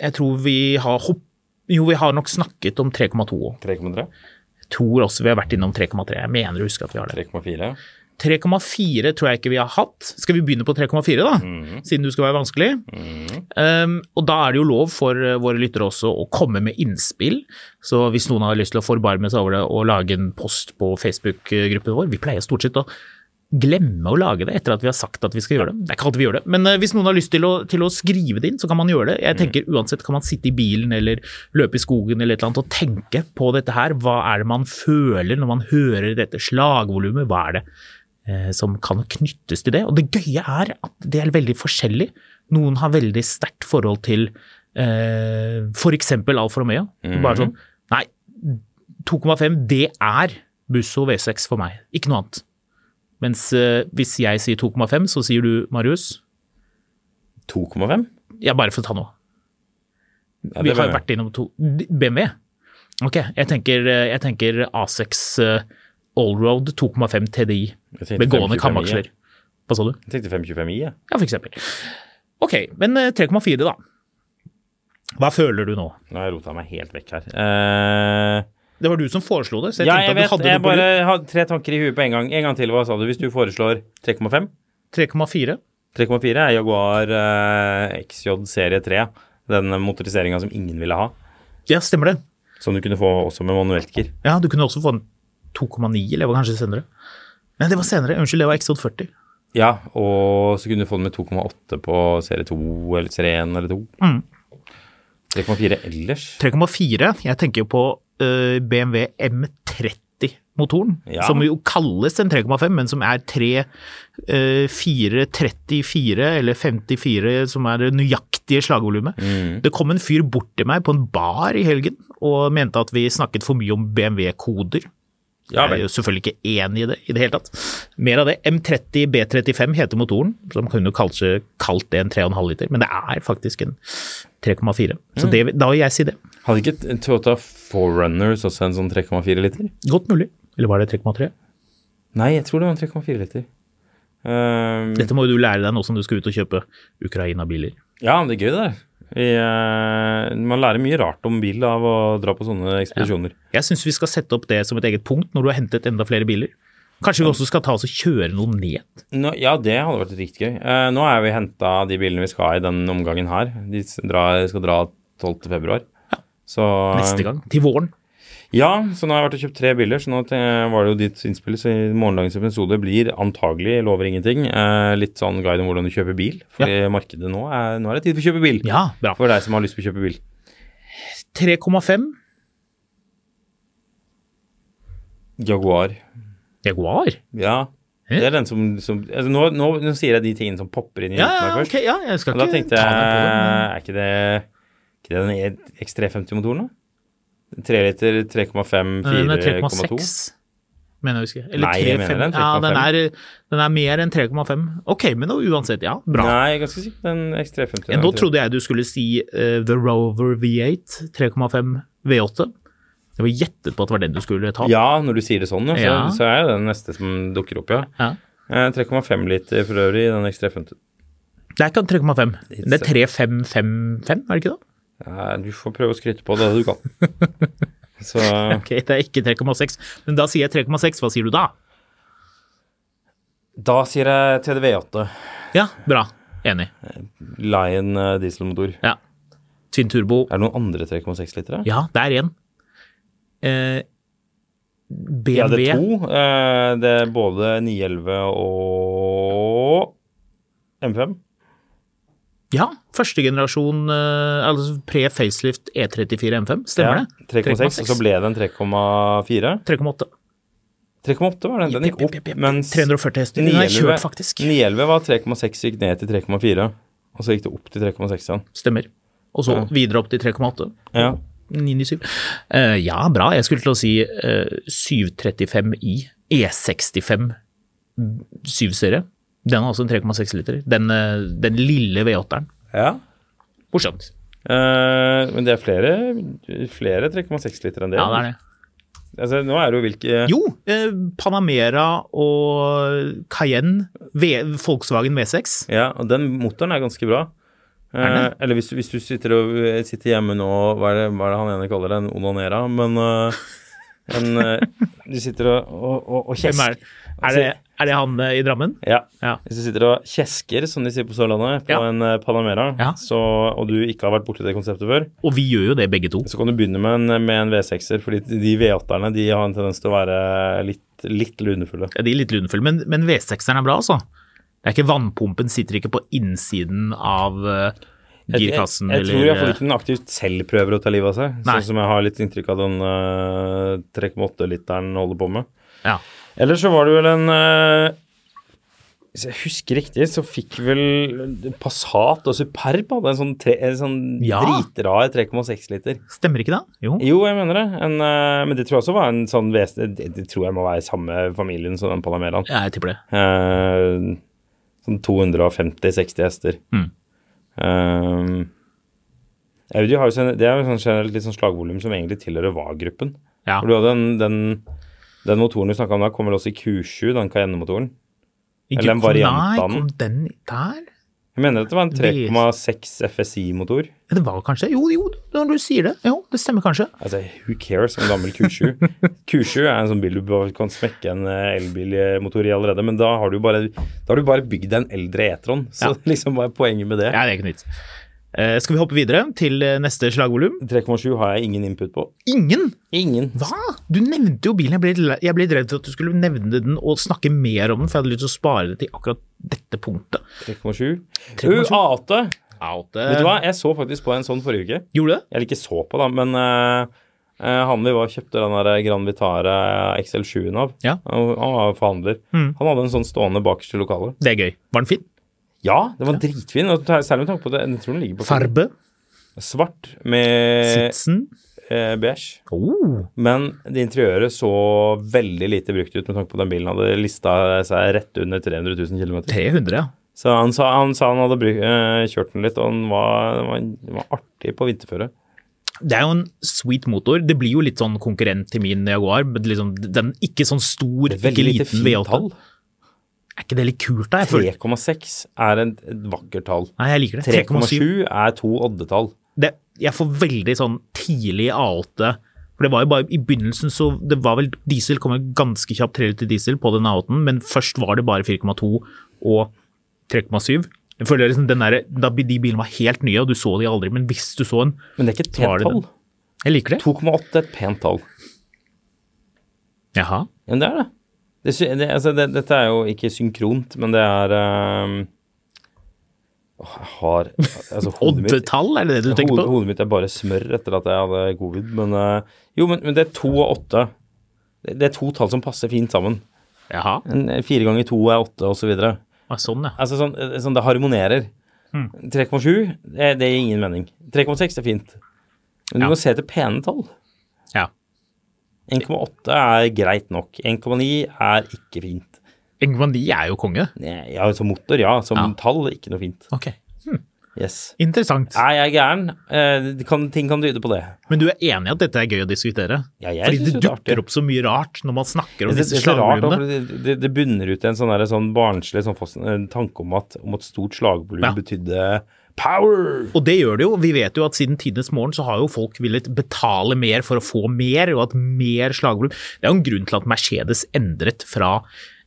Speaker 2: Jeg tror vi har hopp... Jo, vi har nok snakket om 3,2 òg.
Speaker 1: 3,3?
Speaker 2: Tror også vi har vært innom 3,3. Jeg mener å huske at vi har det.
Speaker 1: 3,4?
Speaker 2: 3,4 tror jeg ikke vi har hatt. Skal vi begynne på 3,4, da? Siden du skal være vanskelig. Um, og da er det jo lov for eh, våre lyttere også å komme med innspill. Så hvis noen har lyst til å forbarme seg over det og lage en post på Facebook-gruppen vår Vi pleier stort sett å glemme å lage det etter at vi har sagt at vi skal gjøre det. Det er ikke alltid vi gjør det, men eh, hvis noen har lyst til å, til å skrive det inn, så kan man gjøre det. Jeg tenker uansett kan man sitte i bilen eller løpe i skogen eller et eller annet og tenke på dette her. Hva er det man føler når man hører dette slagvolumet? Hva er det eh, som kan knyttes til det? Og det gøye er at det er veldig forskjellig. Noen har veldig sterkt forhold til eh, f.eks. Alfa Romeo.
Speaker 1: Mhm.
Speaker 2: Bare sånn Nei, 2,5 det er Busso V6 for meg, ikke noe annet. Mens eh, hvis jeg sier 2,5, så sier du, Marius
Speaker 1: 2,5?
Speaker 2: Ja, bare for å ta noe.
Speaker 1: Ja,
Speaker 2: Vi
Speaker 1: det
Speaker 2: har
Speaker 1: ble-
Speaker 2: jo vært innom to BMW. Ok, jeg tenker, eh, jeg tenker A6 eh, Allroad 2,5 TDI
Speaker 1: Jeg tenkte
Speaker 2: med gående
Speaker 1: 525i.
Speaker 2: kamaksler. Hva sa du?
Speaker 1: Jeg tenkte 5,25i, jeg.
Speaker 2: Ja, for eksempel. Ok, men eh, 3,4 da. Hva føler du nå?
Speaker 1: Nå har jeg rota meg helt vekk her. Eh,
Speaker 2: Det var du som foreslo det, så jeg
Speaker 1: ja, jeg
Speaker 2: tenkte
Speaker 1: vet.
Speaker 2: at du hadde
Speaker 1: Jeg
Speaker 2: det på
Speaker 1: bare hadde tre tanker i huet på en gang. En gang til, hva sa du? Hvis du foreslår 3,5?
Speaker 2: lur. 3,4.
Speaker 1: 3,4 er Jaguar eh, XJ serie 3. Den motoriseringa som ingen ville ha.
Speaker 2: Ja, stemmer det.
Speaker 1: Som du kunne få også med manuelt gir.
Speaker 2: Ja, du kunne også få en 2,9, eller det var kanskje senere. Nei, det var senere. Unnskyld, det var XJ40.
Speaker 1: Ja, og så kunne du få den med 2,8 på serie 2 eller serie 1 eller 2.
Speaker 2: Mm.
Speaker 1: 3,4 ellers.
Speaker 2: 3,4, jeg tenker jo på eh, BMW M30-motoren,
Speaker 1: Ja.
Speaker 2: som jo kalles en 3,5, men som er 3, eh, 4, 34 eller 54, som er det nøyaktige slagvolumet.
Speaker 1: Mm.
Speaker 2: Det kom en fyr bort til meg på en bar i helgen og mente at vi snakket for mye om BMW-koder.
Speaker 1: Ja
Speaker 2: Jeg er
Speaker 1: vel.
Speaker 2: jo selvfølgelig ikke enig i det i det hele tatt. Mer av det. M30 B35 heter motoren, som kunne kanskje kalt det en 3,5 liter, men det er faktisk en 3,4. Så
Speaker 1: Mm.
Speaker 2: det, da vil jeg si det.
Speaker 1: Hadde ikke t- Toyota Forerunners også en sånn 3,4 liter?
Speaker 2: Godt mulig. Eller var det 3,3?
Speaker 1: Mm. Nei, jeg tror det var en 3,4 liter. Um,
Speaker 2: Dette må jo du lære deg nå som du skal ut og kjøpe Ukraina-biler.
Speaker 1: ja, men det er gøy det der. Vi, eh, man lærer mye rart om bil av å dra på sånne ekspedisjoner.
Speaker 2: Jeg syns vi skal sette opp det som et eget punkt når du har hentet enda flere biler. Kanskje vi også skal ta oss og kjøre noen ned.
Speaker 1: Nå, ja, det hadde vært riktig gøy. Eh, nå er vi henta de bilene vi skal ha i den omgangen her. De s- drar, skal dra 12. februar. Så,
Speaker 2: Neste gang, til våren.
Speaker 1: Ja, så nå har jeg vært og kjøpt tre biler, så nå te- var det jo ditt innspill. Så i morgendagens episode blir antagelig, lover ingenting, eh, litt sånn guide om hvordan du kjøper bil. For markedet nå er, nå er det tid for å kjøpe bil.
Speaker 2: Ja, bra.
Speaker 1: For deg som har lyst på å kjøpe bil.
Speaker 2: 3,5
Speaker 1: Jaguar.
Speaker 2: Jaguar.
Speaker 1: Ja. Det er den som, som altså nå, nå, nå sier jeg de tingene som popper inn i
Speaker 2: Ja,
Speaker 1: hjertet
Speaker 2: ja,
Speaker 1: meg først.
Speaker 2: ok, ja, jeg skal
Speaker 1: Og da
Speaker 2: ikke
Speaker 1: tenkte
Speaker 2: ta meg
Speaker 1: jeg, er ikke det, ikke det den E- X350-motoren, da? 3 liter, 3,5,
Speaker 2: på det. men Den er
Speaker 1: 4,2?
Speaker 2: 3,6, mener jeg å huske. Eller
Speaker 1: Nei, jeg mener
Speaker 2: 3,5.
Speaker 1: den,
Speaker 2: Ja, den
Speaker 1: 3,5.
Speaker 2: er, den er mer enn 3,5. Ok, men nå uansett, ja, bra.
Speaker 1: Nei, jeg er ganske sikker på den X350.
Speaker 2: Ja, Nå trodde jeg du skulle si eh, The Rover V8, 3,5 V8. Jeg var gjettet på at det var den du skulle ta.
Speaker 1: Ja, når du sier det sånn, ja, så,
Speaker 2: Ja.
Speaker 1: så er jo den neste som dukker opp, ja.
Speaker 2: Ja.
Speaker 1: Eh, 3,5 liter for øvrig, den X350.
Speaker 2: Det er ikke en 3,5. Det er 3555, er det ikke det?
Speaker 1: Ja, du får prøve å skryte på det du kan. Så
Speaker 2: Ok, det er ikke 3,6. Men da sier jeg 3,6, hva sier du da?
Speaker 1: da sier jeg TDV8.
Speaker 2: Ja, bra. Enig.
Speaker 1: Lion eh, dieselmotor.
Speaker 2: Ja. Twin turbo.
Speaker 1: Er det noen andre 3,6 liter?
Speaker 2: Ja, det er én. Eh,
Speaker 1: Ja, det er
Speaker 2: BMW.
Speaker 1: to. Eh, Det er både 911 og M5.
Speaker 2: Ja, første generasjon, eh, altså pre-facelift E E34 M5, stemmer
Speaker 1: Ja, 3,6, og så ble det en 3,4.
Speaker 2: 3,8.
Speaker 1: 3,8 var den. Den gikk
Speaker 2: Jepp,
Speaker 1: opp.
Speaker 2: jepp, jepp, jepp.
Speaker 1: Mens
Speaker 2: 340 hester. Den har jeg kjørt, faktisk.
Speaker 1: 911 var 3,6, gikk ned til 3,4. Og så gikk det opp til 3,6 igjen.
Speaker 2: Stemmer. Og så
Speaker 1: Ja.
Speaker 2: videre opp til 3,8.
Speaker 1: Ja.
Speaker 2: 997. Eh, ja, bra. Jeg skulle til å si eh, 735i E65 7-serie. Den har også en 3,6 liter. Den, eh, den lille V8-eren.
Speaker 1: ja.
Speaker 2: Morsomt.
Speaker 1: Eh, men det er flere, flere 3,6 liter enn det.
Speaker 2: Ja, det er det.
Speaker 1: Altså, nå er det jo hvilke
Speaker 2: Jo, eh, Panamera og Cayenne, v Volkswagen V6.
Speaker 1: Ja, og den motoren er ganske bra. Eh, eller hvis, du- hvis du sitter, og, eh, sitter hjemme nå hva er, det, hva er det han ene kaller det? En onanera? Men eh, en, eh, du sitter og, og, og, og
Speaker 2: Hvem
Speaker 1: kjesker.
Speaker 2: er det? Er det, Altså, er det han eh, i Drammen?
Speaker 1: Ja.
Speaker 2: Ja.
Speaker 1: Hvis du sitter og kjesker, som de sier på Sørlandet, på
Speaker 2: Ja.
Speaker 1: en eh, Panamera,
Speaker 2: Ja.
Speaker 1: så, og du ikke har vært borti det konseptet før,
Speaker 2: Og vi gjør jo det begge to.
Speaker 1: så kan du begynne med en, med en V6-er, fordi de V8-erne de har en tendens til å være litt, litt lunefulle.
Speaker 2: Ja, de er litt lunefulle, men, men V6-eren er bra, altså. Det er ikke Vannpumpen sitter ikke på innsiden av eh, girkassen.
Speaker 1: jeg, jeg, jeg tror
Speaker 2: eller, eh,
Speaker 1: iallfall ikke den aktivt selv prøver å ta livet av seg,
Speaker 2: Nei.
Speaker 1: sånn som jeg har litt inntrykk av den eh, 3,8-literen holder på med.
Speaker 2: eh, Ja.
Speaker 1: Eller så var det vel en eh, Hvis jeg husker riktig, så fikk vel Passat og Superb hadde en sånn, tre, en sånn
Speaker 2: Ja.
Speaker 1: dritrar 3,6-liter.
Speaker 2: Stemmer ikke det? Jo.
Speaker 1: Jo, jeg mener det. En, eh, men det tror jeg også var en sånn ves- det, det tror jeg må være i samme familien som den Panameraen.
Speaker 2: Ja, jeg tipper det.
Speaker 1: Eh, sånn 250-60 hester.
Speaker 2: Mm.
Speaker 1: Eh, Audi har jo sånn, det er jo sånn generelt litt sånn slagvolum som egentlig tilhører VA-gruppen.
Speaker 2: Ja.
Speaker 1: For du hadde den, den, den motoren du snakka om da, kommer vel også i Q7, den Cayenne-motoren.
Speaker 2: Ikke-
Speaker 1: eller en variant
Speaker 2: Nei,
Speaker 1: av den.
Speaker 2: kom den der?
Speaker 1: Jeg mener at det var en 3,6 FSI-motor.
Speaker 2: Ja, Det var kanskje Jo, jo, når du sier det. Jo, det stemmer kanskje.
Speaker 1: Altså, who cares om gammel Q7? Q7 er en sånn bil du bare kan smekke en eh, elbilmotor i allerede, men da har du bare, da har du bare bygd deg en eldre E-tron. Så
Speaker 2: Ja.
Speaker 1: liksom, hva er poenget med det?
Speaker 2: Ja, det er ikke noe vits. Eh, skal vi hoppe videre til eh, neste slagvolum?
Speaker 1: 3,7 har jeg ingen input på.
Speaker 2: Ingen!
Speaker 1: Ingen.
Speaker 2: Hva? Du nevnte jo bilen. Jeg ble, litt le- jeg ble litt redd for at du skulle nevne den og snakke mer om den, for jeg hadde lyst til å spare det til akkurat dette punktet.
Speaker 1: 3,7. U8!
Speaker 2: Out,
Speaker 1: Vet du hva, jeg så faktisk på en sånn forrige uke.
Speaker 2: Gjorde du det?
Speaker 1: Eller ikke så på, da, men eh, eh, han vi var og kjøpte den der Gran Vitara XL7-en av,
Speaker 2: Ja. Mm.
Speaker 1: han han var forhandler, han hadde en sånn stående bakerst i lokalet.
Speaker 2: Det er gøy. Var den fin?
Speaker 1: Ja, den var dritfin. og ta- Særlig med tanke på det. Jeg tror den ligger på
Speaker 2: Farbe?
Speaker 1: svart med
Speaker 2: Sitsen?
Speaker 1: eh, beige.
Speaker 2: Oh.
Speaker 1: Men det interiøret så veldig lite brukt ut med tanke på at den bilen hadde lista seg rett under 300 000 km.
Speaker 2: 300, ja.
Speaker 1: Så han sa han, sa han hadde bruk, eh, kjørt den litt, og den var, den var, den var artig på vinterføre.
Speaker 2: Det er jo en sweet motor. Det blir jo litt sånn konkurrent til min Jaguar, men liksom, den er ikke sånn stor,
Speaker 1: Det er veldig
Speaker 2: ikke
Speaker 1: lite
Speaker 2: liten
Speaker 1: fint
Speaker 2: V8.
Speaker 1: tall.
Speaker 2: Er ikke det litt kult, da? Jeg føler.
Speaker 1: 3,6 er en- et vakkert tall.
Speaker 2: Nei, jeg liker det.
Speaker 1: 3,7
Speaker 2: 3,7.
Speaker 1: er to oddetall.
Speaker 2: Det- Jeg får veldig sånn tidlig A8. For det var jo bare I begynnelsen så Det var vel diesel, kom jo ganske kjapt 3 liter diesel på den A8-en, men først var det bare 4,2 og 3,7. Jeg føler liksom den der, Da de bilene var helt nye, og du så de aldri, men hvis du så en
Speaker 1: Men det er ikke et
Speaker 2: Så var
Speaker 1: pent
Speaker 2: det
Speaker 1: tall.
Speaker 2: den. Jeg liker det.
Speaker 1: 2,8 er et pent tall.
Speaker 2: Jaha.
Speaker 1: Ja, men det er det. det, sy- det, altså, det dette er jo ikke synkront, men det er ehm, åh, Jeg har altså, hodet mitt,
Speaker 2: Oddetall, er det det du tenker
Speaker 1: hodet,
Speaker 2: på?
Speaker 1: hodet mitt er bare smør etter at jeg hadde covid. Men eh, jo, men, men det er to og åtte. Det, det er to tall som passer fint sammen.
Speaker 2: Jaha.
Speaker 1: En- Fire ganger to er åtte, osv.
Speaker 2: Ah, Sånn, ja.
Speaker 1: Altså sånn, eh, sånn det harmonerer.
Speaker 2: Hmm.
Speaker 1: 3,7, eh, det gir ingen mening. 3,6 er fint. Men du
Speaker 2: Ja.
Speaker 1: må se til pene tall.
Speaker 2: ja.
Speaker 1: 1,8 er greit nok. 1,9 er ikke fint.
Speaker 2: Engvandi er jo konge.
Speaker 1: Nei, Ja, som motor, ja. Som
Speaker 2: Ja.
Speaker 1: tall, ikke noe fint.
Speaker 2: Ok.
Speaker 1: Yes.
Speaker 2: Interessant.
Speaker 1: Er jeg gæren? Eh, det kan, ting kan tyde på det.
Speaker 2: Men du er enig i at dette er gøy å diskutere?
Speaker 1: Ja, jeg
Speaker 2: Fordi
Speaker 1: synes
Speaker 2: det
Speaker 1: jo det er artig.
Speaker 2: dukker opp så mye rart når man snakker om
Speaker 1: Det, det,
Speaker 2: disse
Speaker 1: er så rart, da, for
Speaker 2: slagordene.
Speaker 1: det, det, det bunner ut i en sånn, der, sånn barnslig sånn fast, en tanke om at, om at stort slagblod
Speaker 2: Ja.
Speaker 1: betydde power.
Speaker 2: Og det gjør det jo. Vi vet jo at siden tidenes morgen så har jo folk villet betale mer for å få mer, og at mer slagbruk Det er jo en grunn til at Mercedes endret fra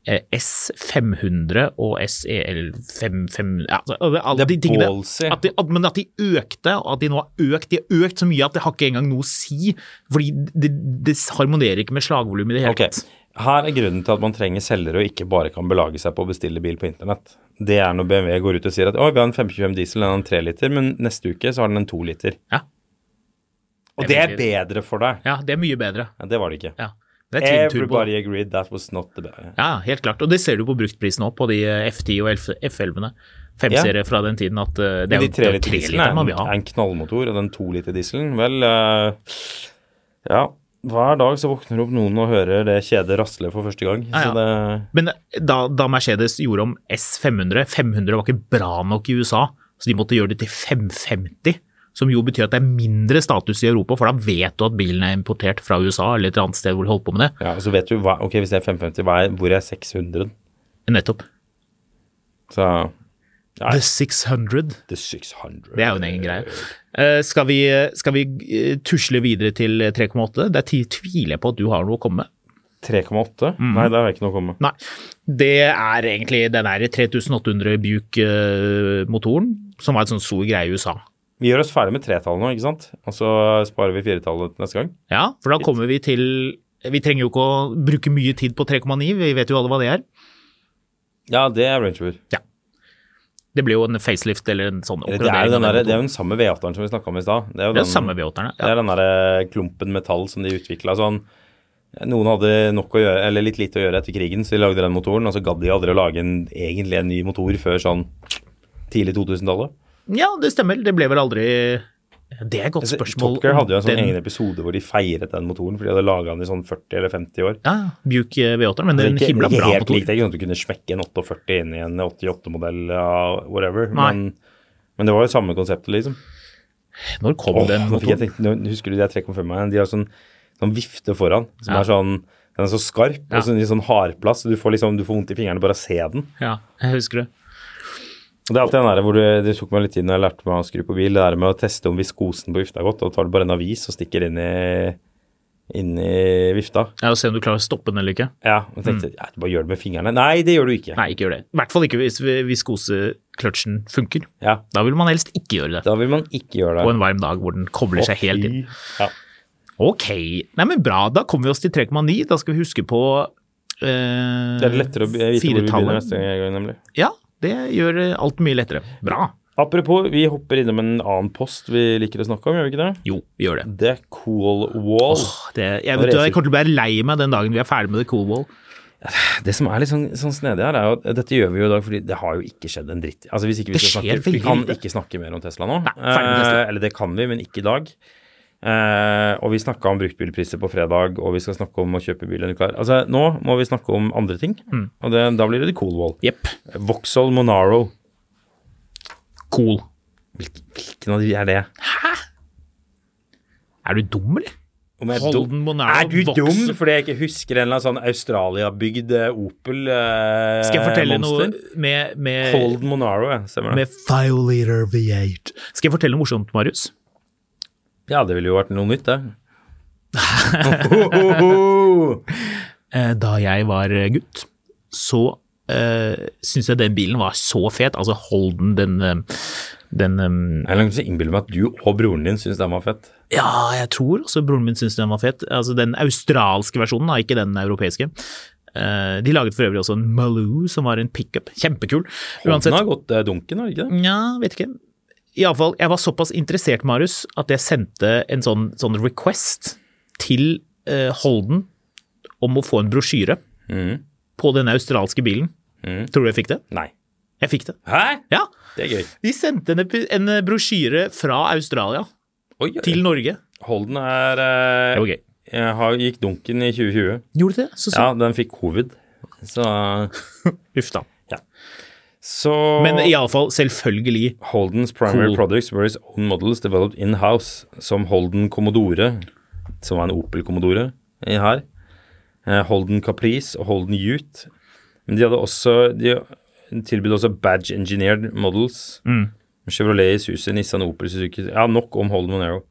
Speaker 2: eh, S500 og E SEL55 ja, altså, alle
Speaker 1: Det er
Speaker 2: de tingene.
Speaker 1: ballsy.
Speaker 2: At de, at, men at de økte, og at de nå har økt. De har økt så mye at det har ikke engang noe å si. Fordi det, det harmonerer ikke med slagvolumet i det hele
Speaker 1: Ok,
Speaker 2: tatt.
Speaker 1: Her er grunnen til at man trenger selgere og ikke bare kan belage seg på å bestille bil på internett. Det er når BMW går ut og sier at å, vi har en 525 diesel, den har en 3 liter, men neste uke så har den en 2 liter.
Speaker 2: Ja.
Speaker 1: Og det er bedre for deg.
Speaker 2: Ja, det er mye bedre.
Speaker 1: Ja, det var det ikke.
Speaker 2: Ja. Det er Twin Turbo.
Speaker 1: Everybody agreed that was not the best.
Speaker 2: Ja, helt klart. Og det ser du på bruktpris nå, på de eh, F10 og F- F11-ene. Femserier fra den tiden at eh,
Speaker 1: De
Speaker 2: det er jo det
Speaker 1: 3
Speaker 2: er jo
Speaker 1: liter
Speaker 2: tre
Speaker 1: dieselen er,
Speaker 2: man
Speaker 1: en-
Speaker 2: vil
Speaker 1: er
Speaker 2: ha.
Speaker 1: en knallmotor, og den 2 liter dieselen, vel eh, Ja. Hver dag så våkner opp noen og hører det kjedet rasle for første gang.
Speaker 2: Ja,
Speaker 1: Så det
Speaker 2: Men eh, da, da Mercedes gjorde om S500 500 var ikke bra nok i USA, så de måtte gjøre det til 550. Som jo betyr at det er mindre status i Europa, for da vet du at bilen er importert fra USA eller et annet sted hvor de holdt på med det.
Speaker 1: Ja, og så vet du hva Ok, hvis det er 550, hva er, hvor er 600?
Speaker 2: Nettopp.
Speaker 1: Så Nei.
Speaker 2: The 600.
Speaker 1: The 600.
Speaker 2: Det er jo en egen greie. Eh, Skal vi, skal vi eh, tusle videre til 3,8? Der ti- tviler jeg på at du har noe å komme med.
Speaker 1: 3,8?
Speaker 2: Mm.
Speaker 1: Nei, der har jeg ikke noe å komme med.
Speaker 2: Nei. Det er egentlig den der 3800 Buke-motoren, eh, som var en sånn stor greie i USA.
Speaker 1: Vi gjør oss ferdig med tretallet nå, ikke sant? Og så sparer vi firetallet til neste gang.
Speaker 2: Ja, for da kommer vi til Vi trenger jo ikke å bruke mye tid på 3,9, vi vet jo alle hva det er.
Speaker 1: Ja, det er Range Rover.
Speaker 2: Det blir jo en facelift eller en sånn
Speaker 1: Eller, Det er jo den
Speaker 2: av
Speaker 1: der,
Speaker 2: motoren.
Speaker 1: det er jo den samme V8-eren som vi snakka om i stad. Det er jo
Speaker 2: Det er
Speaker 1: den-
Speaker 2: samme V8-erne.
Speaker 1: Det
Speaker 2: Ja.
Speaker 1: er den derre klumpen metall som de utvikla sånn Noen hadde nok å gjøre, eller litt lite å gjøre etter krigen, så de lagde den motoren, og så gadd de aldri å lage en, egentlig en ny motor før sånn tidlig 2000-tallet.
Speaker 2: ja, det stemmer. Det ble vel aldri Det er et godt
Speaker 1: Altså,
Speaker 2: spørsmål.
Speaker 1: Top Gear
Speaker 2: om
Speaker 1: hadde jo en sånn
Speaker 2: den-
Speaker 1: egen episode hvor de feiret den motoren, for de hadde laga den i sånn 40 eller 50 år.
Speaker 2: Ja, Buke V8-er, men det er en
Speaker 1: Altså, ikke,
Speaker 2: himla
Speaker 1: ikke
Speaker 2: bra
Speaker 1: helt
Speaker 2: motor.
Speaker 1: likt, det er ikke sånn at du kunne smekke en 48 inn i en 88-modell av whatever,
Speaker 2: Nei.
Speaker 1: men, men det var jo samme konseptet, liksom.
Speaker 2: Når kom
Speaker 1: Åh,
Speaker 2: den
Speaker 1: nå fikk jeg
Speaker 2: motoren?
Speaker 1: tenkt, nå, husker du de 3,5-erne? De har sånn, sånn vifte foran, som
Speaker 2: Ja.
Speaker 1: er sånn den er så skarp,
Speaker 2: Ja.
Speaker 1: og sånn, i sånn hardplass, så du får, liksom, du får vondt i fingrene bare av å se den.
Speaker 2: Ja, jeg husker det.
Speaker 1: Og det er alltid den der hvor du, det tok meg litt tid når jeg lærte meg å skru på bil, det der med å teste om viskosen på vifta er godt, og da tar du bare en avis og stikker inn i, inn i vifta.
Speaker 2: Ja, og Se om du klarer å stoppe den eller ikke.
Speaker 1: Ja, og tenkte ja, du bare gjør det med fingrene. Nei, det gjør du ikke.
Speaker 2: Mm. Nei, ikke gjør det. I hvert fall ikke hvis viskosekløtsjen funker.
Speaker 1: Ja,
Speaker 2: Da vil man helst ikke gjøre det.
Speaker 1: da vil man ikke gjøre
Speaker 2: På
Speaker 1: det.
Speaker 2: en varm dag hvor den kobler seg helt inn.
Speaker 1: Ja.
Speaker 2: Ok, Nei, men bra. Da kommer vi oss til 3,9. Da skal vi huske på eh,
Speaker 1: Det er lettere å be- vite hvor vi begynner
Speaker 2: firetallet.
Speaker 1: neste gang, nemlig.
Speaker 2: Ja, det gjør eh, alt mye lettere. Bra.
Speaker 1: Apropos, vi hopper innom en annen post vi liker å snakke om, gjør vi ikke det?
Speaker 2: Jo, vi gjør det.
Speaker 1: The Cool Wall.
Speaker 2: Åh, det jeg,
Speaker 1: Nå
Speaker 2: vet, du,
Speaker 1: reiser-
Speaker 2: jeg kommer til å bli lei meg den dagen vi er ferdig med The Cool Wall.
Speaker 1: Det som er litt sånn, sånn snedig her, er jo at dette gjør vi jo i dag fordi det har jo ikke skjedd en dritt. Altså hvis ikke Vi
Speaker 2: Det
Speaker 1: skal
Speaker 2: skjer
Speaker 1: snakke, vi
Speaker 2: veldig
Speaker 1: kan
Speaker 2: lite.
Speaker 1: ikke snakke mer om Tesla nå.
Speaker 2: Nei, ferdig med Tesla.
Speaker 1: Eh, eller det kan vi, men ikke i dag. Eh, og vi snakka om bruktbilpriser på fredag, og vi skal snakke om å kjøpe bil en uke her. Altså nå må vi snakke om andre ting,
Speaker 2: Mm.
Speaker 1: og det, da blir det The Cool Wall.
Speaker 2: Jepp.
Speaker 1: Vauxhall Monaro.
Speaker 2: Cool.
Speaker 1: Hvilken, hvilken av de er det?
Speaker 2: Er du dum, eller?
Speaker 1: Om jeg er
Speaker 2: Holden
Speaker 1: dum?
Speaker 2: Monaro
Speaker 1: Er du
Speaker 2: Vauxhall?
Speaker 1: dum fordi jeg ikke husker en eller annen sånn Australia-bygd eh, Opel eh,
Speaker 2: Skal jeg fortelle noe Eh,
Speaker 1: monster?
Speaker 2: med, med,
Speaker 1: Holden Monaro, ja. Stemmer det.
Speaker 2: med Violator V8? Skal jeg fortelle noe morsomt, Marius?
Speaker 1: Ja, det ville jo vært noe nytt, det. Ohoho!
Speaker 2: Eh, da jeg var gutt, så uh, syntes jeg den bilen var så fet. Altså Holden, den, eh, den eh,
Speaker 1: Jeg er langt til å innbille meg at du og broren din syns den var fett.
Speaker 2: Ja, jeg tror også broren min syntes den var fet. Altså Den australske versjonen, da, ikke den europeiske. Eh, de laget for øvrig også en Maloo, som var en pickup. Kjempekul.
Speaker 1: Holden har gått eh, dunken, har den ikke det?
Speaker 2: Nja, vet ikke. Iallfall, jeg var såpass interessert, Marius, at jeg sendte en sånn, sånn request til eh, Holden om å få en brosjyre. på den australske bilen. Tror du jeg fikk det?
Speaker 1: Nei.
Speaker 2: Jeg fikk det.
Speaker 1: Hæ?
Speaker 2: Ja!
Speaker 1: Det er gøy.
Speaker 2: De sendte en, epi- en eh, brosjyre fra Australia
Speaker 1: Oi, oi.
Speaker 2: til Norge.
Speaker 1: Holden er eh,
Speaker 2: Det var gøy.
Speaker 1: jeg har, Gikk dunken i 2020.
Speaker 2: Gjorde de det? Så, så.
Speaker 1: Ja, den fikk covid. Så,
Speaker 2: Uff da.
Speaker 1: så
Speaker 2: Men iallfall, selvfølgelig.
Speaker 1: Holden's primary
Speaker 2: Cool.
Speaker 1: products were his own models developed in-house, som Holden Commodore, som var en Opel Commodore i her, eh, Holden Caprice og Holden Ute. Men de hadde også De tilbød også badge engineered models.
Speaker 2: Mm.
Speaker 1: Chevrolet, Isuzu, Nissan, Opel, Suzuki Ja, nok om Holden Monero.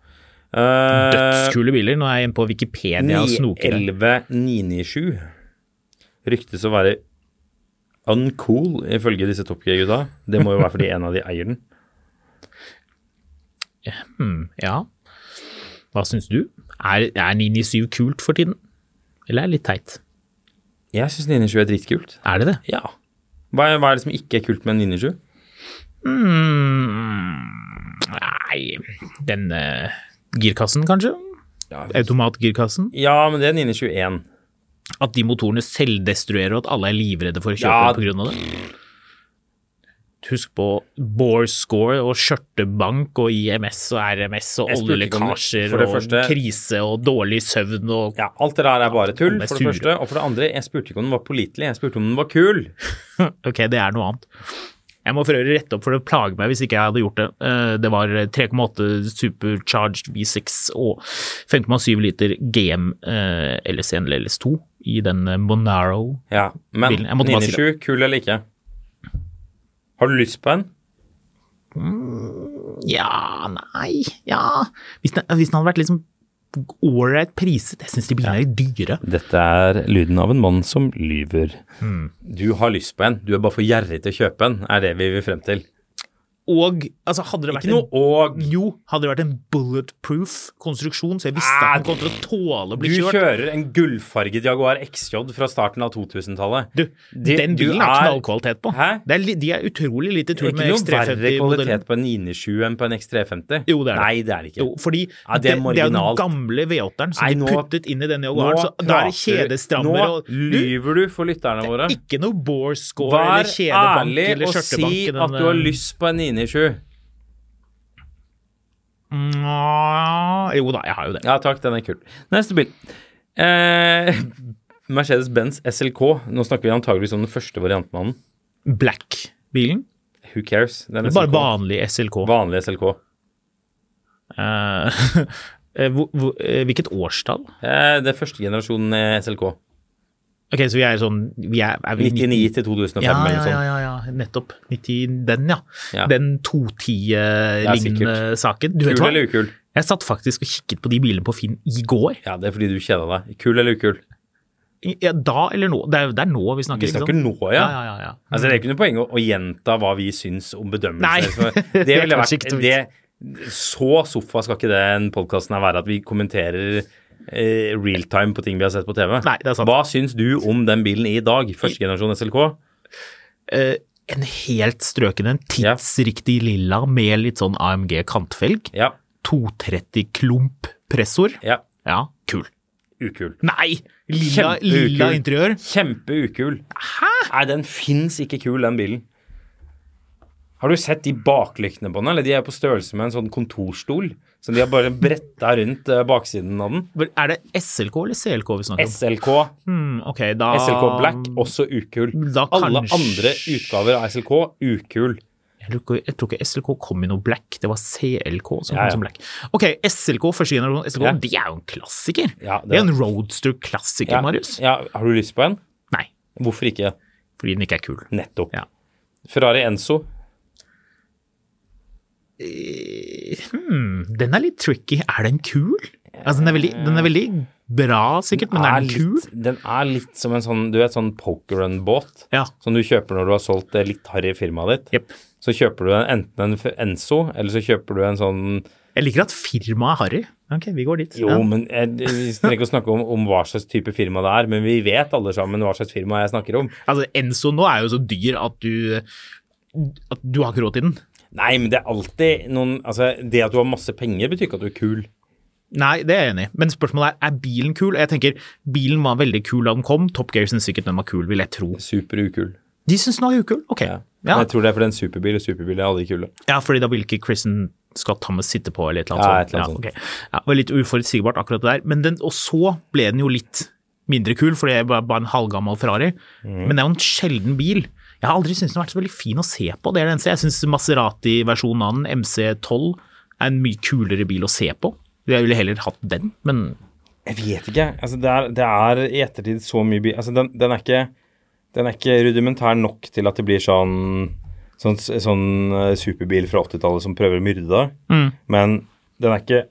Speaker 1: Eh,
Speaker 2: Dødskule biler. Nå er jeg inne på Wikipedia og snoker.
Speaker 1: 911-997 ryktes å være uncool, ifølge disse Top Gear-gutta. Det må jo være fordi en av de eier den.
Speaker 2: Hmm, ja. Hva syns du? Er, er 997 kult for tiden? Eller er det litt teit?
Speaker 1: Jeg syns 997 er dritkult.
Speaker 2: Er det det?
Speaker 1: Ja. Hva er, hva er det som ikke er kult med en 997?
Speaker 2: Mm, nei Den eh, girkassen, kanskje?
Speaker 1: Ja.
Speaker 2: Automatgirkassen?
Speaker 1: ja, men det er 991.
Speaker 2: At de motorene selvdestruerer, og at alle er livredde for å kjøpe
Speaker 1: Ja.
Speaker 2: på grunn av det? Husk på bore score og skjørtebank og IMS og RMS og
Speaker 1: Jeg spurte ikke om det.
Speaker 2: oljelekkasjer
Speaker 1: For det
Speaker 2: og
Speaker 1: første-
Speaker 2: krise og dårlig søvn og
Speaker 1: Ja, alt det der er bare tull,
Speaker 2: Alle er
Speaker 1: for det
Speaker 2: sure.
Speaker 1: første. Og for det andre, jeg spurte ikke om den var pålitelig, jeg spurte om den var kul.
Speaker 2: Ok, det er noe annet. Jeg må for øvrig rette opp, for det plager meg hvis ikke jeg hadde gjort det. Eh, Det var 3,8 supercharged V6 og 5,7 liter GM eh, LS1 eller LS2 i den eh, Monaro.
Speaker 1: Ja, Men
Speaker 2: Bilen. Jeg måtte bare si
Speaker 1: 997, kul eller ikke? Har du lyst på en?
Speaker 2: Ja, nei, ja Hvis den, hvis den hadde vært liksom ålreit priset Jeg syns de bilene er litt dyre.
Speaker 1: Dette er lyden av en mann som lyver.
Speaker 2: Hmm.
Speaker 1: Du har lyst på en, du er bare for gjerrig til å kjøpe en, er det vi vil frem til.
Speaker 2: Og altså, hadde det vært
Speaker 1: Ikke noe
Speaker 2: en
Speaker 1: og.
Speaker 2: jo, hadde det vært en bulletproof konstruksjon, så jeg visste
Speaker 1: Ah,
Speaker 2: at den kom til å tåle å
Speaker 1: Du
Speaker 2: bli kjørt.
Speaker 1: kjører en gullfarget Jaguar XJ fra starten av 2000-tallet.
Speaker 2: Du,
Speaker 1: Det-
Speaker 2: den
Speaker 1: du
Speaker 2: bilen er
Speaker 1: er-
Speaker 2: knallkvalitet på.
Speaker 1: Hæ?
Speaker 2: Det er, li- de er utrolig lite
Speaker 1: Det
Speaker 2: tull
Speaker 1: er
Speaker 2: med
Speaker 1: ikke noe verre
Speaker 2: X350-modellen.
Speaker 1: kvalitet på en 920 enn på en X350.
Speaker 2: Jo, det er det.
Speaker 1: Nei, det er det ikke.
Speaker 2: Jo, fordi
Speaker 1: Ja, det
Speaker 2: det,
Speaker 1: er
Speaker 2: det er jo den
Speaker 1: marginalt.
Speaker 2: gamle V8-eren som
Speaker 1: Nei,
Speaker 2: de
Speaker 1: nå-
Speaker 2: puttet inn i denne
Speaker 1: Nå
Speaker 2: Jaguaren, så da er det
Speaker 1: prater du-
Speaker 2: kjedestrammer
Speaker 1: Nå
Speaker 2: og Du,
Speaker 1: lyver du for lytterne våre.
Speaker 2: Ikke noe bore score
Speaker 1: Vær
Speaker 2: eller kjedebank
Speaker 1: ærlig
Speaker 2: eller
Speaker 1: og si
Speaker 2: skjørtebank. i den,
Speaker 1: at du har
Speaker 2: eh,
Speaker 1: lyst på en 997.
Speaker 2: Nja, Jo da, jeg har jo det.
Speaker 1: Ja takk, den er kul. Neste bil. Eh, Mercedes-Benz SLK. Nå snakker vi antageligvis om den første varianten av den.
Speaker 2: Black-bilen.
Speaker 1: Who cares? Den
Speaker 2: Bare
Speaker 1: SLK.
Speaker 2: vanlig SLK.
Speaker 1: Vanlig SLK.
Speaker 2: Eh, eh, hvor- hvor- eh, hvilket årstall?
Speaker 1: Eh, det er første generasjonen eh, SLK.
Speaker 2: Ok, så vi er sånn vi er, er vi
Speaker 1: 99 til 2005 eller
Speaker 2: Ja, ja,
Speaker 1: noe
Speaker 2: ja,
Speaker 1: sånt.
Speaker 2: ja, ja, nettopp. 90, den, ja.
Speaker 1: liksom. Ja.
Speaker 2: Den 210-lignende
Speaker 1: sikkert.
Speaker 2: saken. Du vet
Speaker 1: Kul
Speaker 2: hva?
Speaker 1: eller ukul?
Speaker 2: Jeg satt faktisk og kikket på de bilene på Finn i går.
Speaker 1: Ja, det er fordi du kjeda deg. Kul eller ukul?
Speaker 2: I- Ja, da eller nå? Det er, det er nå vi snakker.
Speaker 1: Vi snakker nå,
Speaker 2: Ja,
Speaker 1: ja.
Speaker 2: ja, ja. ja.
Speaker 1: Altså, det er ikke noe poeng å, å gjenta hva vi syns om bedømmelse.
Speaker 2: Nei,
Speaker 1: For
Speaker 2: det
Speaker 1: det
Speaker 2: er
Speaker 1: ville
Speaker 2: kanskje
Speaker 1: vært
Speaker 2: ikke noe
Speaker 1: det, Så sofa skal ikke den podkasten her være, at vi kommenterer eh, realtime på ting vi har sett på TV.
Speaker 2: Nei, det er sant.
Speaker 1: Hva syns du om den bilen i dag? Førstegenerasjon SLK?
Speaker 2: Eh, en helt strøken, en tidsriktig lilla med litt sånn AMG-kantfelg.
Speaker 1: Ja.
Speaker 2: 230 klump-pressor.
Speaker 1: ja.
Speaker 2: Ja, kul.
Speaker 1: Ukul.
Speaker 2: Nei! Lilla,
Speaker 1: Kjempeukul.
Speaker 2: lilla interiør.
Speaker 1: Kjempeukul. Hæ? Nei, den fins ikke kul, den bilen. Har du sett de baklyktene på den? Eller de er på størrelse med en sånn kontorstol. Så de har bare bretta rundt eh, baksiden av den.
Speaker 2: Er det SLK eller CLK vi snakker om?
Speaker 1: SLK
Speaker 2: Hmm, ok, da
Speaker 1: SLK Black, også ukul.
Speaker 2: Da
Speaker 1: Alle
Speaker 2: kanskje-
Speaker 1: andre utgaver av SLK, ukul.
Speaker 2: Jeg tror, ikke, jeg tror ikke SLK kom i noe black, det var CLK som
Speaker 1: Ja, ja.
Speaker 2: kom som black. Ok, SLK, første generasjon SLK,
Speaker 1: Ja.
Speaker 2: det er jo en klassiker.
Speaker 1: Ja, det
Speaker 2: det, er
Speaker 1: er-
Speaker 2: en roadster-klassiker, Marius.
Speaker 1: ja, har du lyst på en?
Speaker 2: Nei,
Speaker 1: Hvorfor ikke?
Speaker 2: fordi den ikke er kul.
Speaker 1: Nettopp.
Speaker 2: Ja.
Speaker 1: Ferrari Enzo.
Speaker 2: Hmm, den er litt tricky. Er den kul? Altså, den er veldig, den er veldig bra, sikkert, men er den kul?
Speaker 1: litt, den er litt som en sånn du vet, sånn pokerun-båt
Speaker 2: Ja.
Speaker 1: som du kjøper når du har solgt det litt harry firmaet ditt.
Speaker 2: Jep.
Speaker 1: Så kjøper du en, enten en F- Enzo, eller så kjøper du en sånn
Speaker 2: Jeg liker at firmaet er harry. Ok, vi går dit.
Speaker 1: Jo,
Speaker 2: Ja.
Speaker 1: men eh, vi trenger ikke å snakke om, om hva slags type firma det er, men vi vet alle sammen hva slags firma jeg snakker om.
Speaker 2: Altså, Enzo nå er jo så dyr at du, at du har ikke råd til den.
Speaker 1: Nei, men det er alltid noen Altså, det at du har masse penger, betyr ikke at du er kul.
Speaker 2: Nei, det er jeg enig i. Men spørsmålet er er bilen kul. Jeg tenker Bilen var veldig kul da den kom. Top Gear syns sikkert den var kul, vil jeg tro.
Speaker 1: Super ukul.
Speaker 2: De syns den var ukul. Ok.
Speaker 1: Ja.
Speaker 2: Ja,
Speaker 1: Men Jeg tror det er fordi en superbil og superbil er alle kule.
Speaker 2: ja fordi da vil ikke Chrisen Scott Thomas sitte på, eller et eller
Speaker 1: Ja,
Speaker 2: annet
Speaker 1: et eller annet
Speaker 2: Ja, ok. ja, det var litt uforutsigbart, akkurat det der. Men den, og så ble den jo litt mindre kul, fordi det var bare en halvgammel Ferrari.
Speaker 1: Mm.
Speaker 2: Men det er jo en sjelden bil. Jeg har aldri syntes den har vært så veldig fin å se på. Det er det eneste. Jeg syns Maserati-versjonen av den, MC12, er en mye kulere bil å se på. Jeg ville heller hatt den, men
Speaker 1: Jeg vet ikke. Altså, det, er, det er i ettertid så mye bi- altså, den, den, er ikke, den er ikke rudimentær nok til at det blir sånn, sånn, sånn eh, superbil fra 80-tallet som prøver å myrde deg.
Speaker 2: Mm.
Speaker 1: Men den er ikke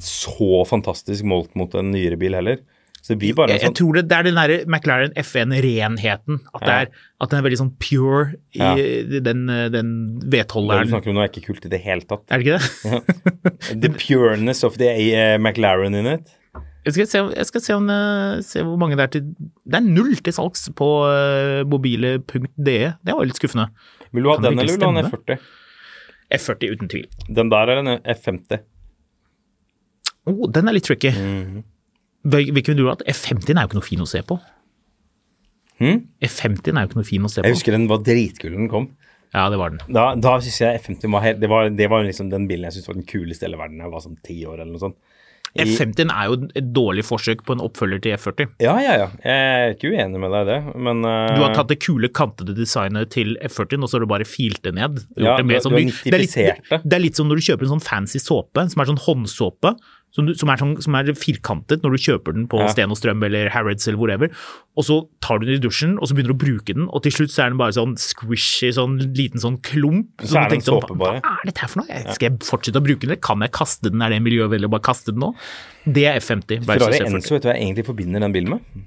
Speaker 1: så fantastisk målt mot en nyere bil heller. Så det blir bare en
Speaker 2: jeg, jeg
Speaker 1: sånn
Speaker 2: tror det, det er den derre McLaren F1-renheten. At, det
Speaker 1: Ja.
Speaker 2: er- at den er veldig sånn pure i
Speaker 1: Ja.
Speaker 2: den, den
Speaker 1: Det du
Speaker 2: vedholderen.
Speaker 1: snakker om nå, er ikke kult i det hele tatt.
Speaker 2: Er det ikke det?
Speaker 1: The pureness of the eh, McLaren in it.
Speaker 2: Jeg skal, se, om- jeg skal se, om, eh, se hvor mange det er til Det er null til salgs på eh, mobile.de. E. Det var litt skuffende.
Speaker 1: Vil du ha
Speaker 2: Kan det
Speaker 1: den,
Speaker 2: ikke
Speaker 1: eller vil du ha en
Speaker 2: stemme?
Speaker 1: F40?
Speaker 2: F40 uten tvil.
Speaker 1: Den der er en F50.
Speaker 2: Oh, den er litt tricky.
Speaker 1: Mhm.
Speaker 2: Hvil- Hvilken ville du hatt? F50 er jo ikke noe fin å se på. F50 er jo ikke noe fin å se på.
Speaker 1: Hm? Jeg husker den var dritkul da den kom.
Speaker 2: Ja, det var den.
Speaker 1: Da, da synes jeg F50 var helt Det var, det var liksom den bilen jeg syntes var den kuleste i hele verden. Jeg var sånn ti år eller noe sånt. I-
Speaker 2: F50 er jo et dårlig forsøk på en oppfølger til F40.
Speaker 1: Ja, ja, ja. Jeg er ikke uenig med deg i det, men eh,
Speaker 2: Du har tatt det kule, kantede designet til F40, og så har du bare filt det ned. Gjort
Speaker 1: Ja,
Speaker 2: det mer
Speaker 1: du-
Speaker 2: som
Speaker 1: du har
Speaker 2: du- det, er
Speaker 1: nittifisert
Speaker 2: litt,
Speaker 1: det.
Speaker 2: det er litt som når du kjøper en sånn fancy såpe, som er sånn håndsåpe, som, du, som, er sånn, som er firkantet når du kjøper den på
Speaker 1: Ja.
Speaker 2: Sten og Strøm eller Harrods eller whatever, og så tar du den i dusjen, og så begynner du å bruke den, og til slutt så er den bare sånn squishy, sånn liten sånn klump.
Speaker 1: Så er
Speaker 2: du
Speaker 1: det en
Speaker 2: tenkte,
Speaker 1: såpe bare.
Speaker 2: Hva er dette her for noe? Jeg- Skal jeg fortsette å bruke den, eller kan jeg kaste den? Er det miljøvennlig å bare kaste den nå? Det er F50 versus
Speaker 1: Ferrari Enzo,
Speaker 2: F40.
Speaker 1: vet du hva jeg egentlig forbinder den bilen med?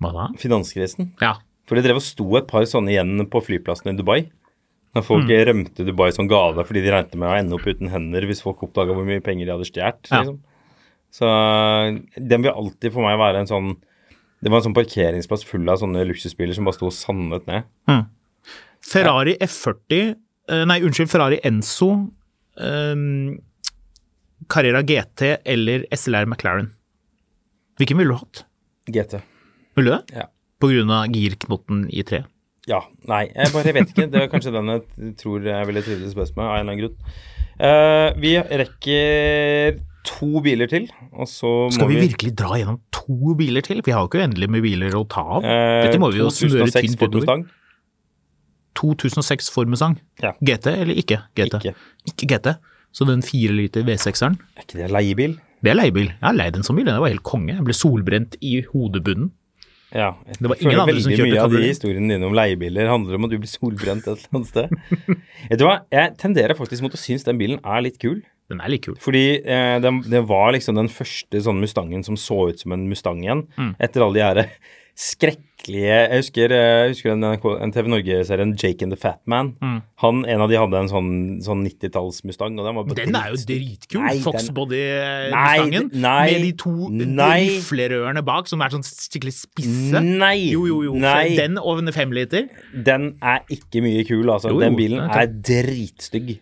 Speaker 2: Hva da?
Speaker 1: Finanskrisen.
Speaker 2: Ja.
Speaker 1: For det drev og sto et par sånne igjen på flyplassen i Dubai. Når folk
Speaker 2: Mm.
Speaker 1: rømte Dubai som gave fordi de regnet med å ende opp uten hender hvis folk oppdaga hvor mye penger de hadde stjålet.
Speaker 2: Ja.
Speaker 1: Liksom. Så den vil alltid for meg være en sånn Det var en sånn parkeringsplass full av sånne luksusbiler som bare sto sandet ned.
Speaker 2: Ferrari F40 eh, Nei, unnskyld, Ferrari Enzo ehm, Carrera GT eller SLR McLaren. Hvilken ville du hatt?
Speaker 1: GT.
Speaker 2: Ville du det?
Speaker 1: Ja.
Speaker 2: På grunn av girknoten i tre.
Speaker 1: Ja. Nei, jeg bare vet ikke. Det er kanskje den jeg t- tror jeg ville trivdes best med, av en eller annen grunn. Eh, vi rekker to biler til, og så
Speaker 2: Skal
Speaker 1: må
Speaker 2: vi virkelig dra gjennom to biler til? Vi har jo ikke uendelig med biler å ta av.
Speaker 1: eh,
Speaker 2: Dette må vi jo smøre
Speaker 1: 2006
Speaker 2: tynt
Speaker 1: Ford
Speaker 2: utover.
Speaker 1: Mustang.
Speaker 2: 2006 Ford Mustang.
Speaker 1: Ja.
Speaker 2: GT eller ikke GT?
Speaker 1: Ikke.
Speaker 2: Ikke GT. Så den 4 liter V6-eren,
Speaker 1: Er ikke det en leiebil?
Speaker 2: det er leiebil. Jeg har leid en sånn bil, den var helt konge. Jeg ble solbrent i hodebunnen.
Speaker 1: Ja.
Speaker 2: Det var
Speaker 1: jeg føler
Speaker 2: ingen andre som
Speaker 1: veldig
Speaker 2: kjørte
Speaker 1: mye av de
Speaker 2: kabriolet.
Speaker 1: historiene dine om leiebiler handler om at du blir solbrent et eller annet sted. Vet du hva, jeg tenderer faktisk mot å synes den bilen er litt kul.
Speaker 2: Den er litt kul.
Speaker 1: Fordi eh, den, det var liksom den første sånn Mustangen som så ut som en Mustang igjen.
Speaker 2: Mm.
Speaker 1: Etter alle de her skrekkelige Jeg husker, eh, jeg husker en, NRK en TV Norge-serien Jake and the Fat Man.
Speaker 2: Mm.
Speaker 1: Han, en av de hadde en sånn, sånn 90-talls-Mustang, og den var
Speaker 2: Den er jo dritkul.
Speaker 1: Nei, den-
Speaker 2: Foxbody-mustangen.
Speaker 1: Nei, nei,
Speaker 2: Med de to
Speaker 1: nei.
Speaker 2: riflerørene bak, som er sånn skikkelig spisse.
Speaker 1: Nei,
Speaker 2: Jo, jo, jo.
Speaker 1: nei.
Speaker 2: Den og en femliter.
Speaker 1: Den er ikke mye kul, altså.
Speaker 2: Jo, jo,
Speaker 1: den bilen
Speaker 2: den er
Speaker 1: er dritstygg.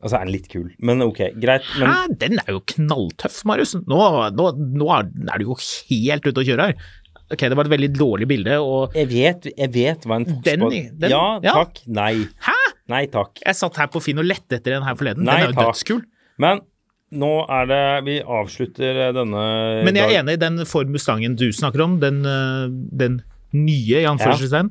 Speaker 1: Altså, er den litt kul, men ok, greit. Men
Speaker 2: Hæ, den er jo knalltøff, Marius. Nå, nå, nå er er du jo helt ute å kjøre her. Ok, det var et veldig dårlig bilde, og
Speaker 1: jeg vet, jeg vet hva en
Speaker 2: Den
Speaker 1: Foxbody
Speaker 2: i- den-
Speaker 1: Ja,
Speaker 2: ja.
Speaker 1: takk. Nei.
Speaker 2: Hæ?!
Speaker 1: Nei takk.
Speaker 2: Jeg satt her på Finn og lette etter den her forleden.
Speaker 1: Nei,
Speaker 2: den er jo
Speaker 1: takk.
Speaker 2: dødskul.
Speaker 1: Men nå er det Vi avslutter eh, denne
Speaker 2: Men jeg
Speaker 1: dag-
Speaker 2: er enig i den Ford Mustangen du snakker om, den, øh, den nye, i anførselstegn.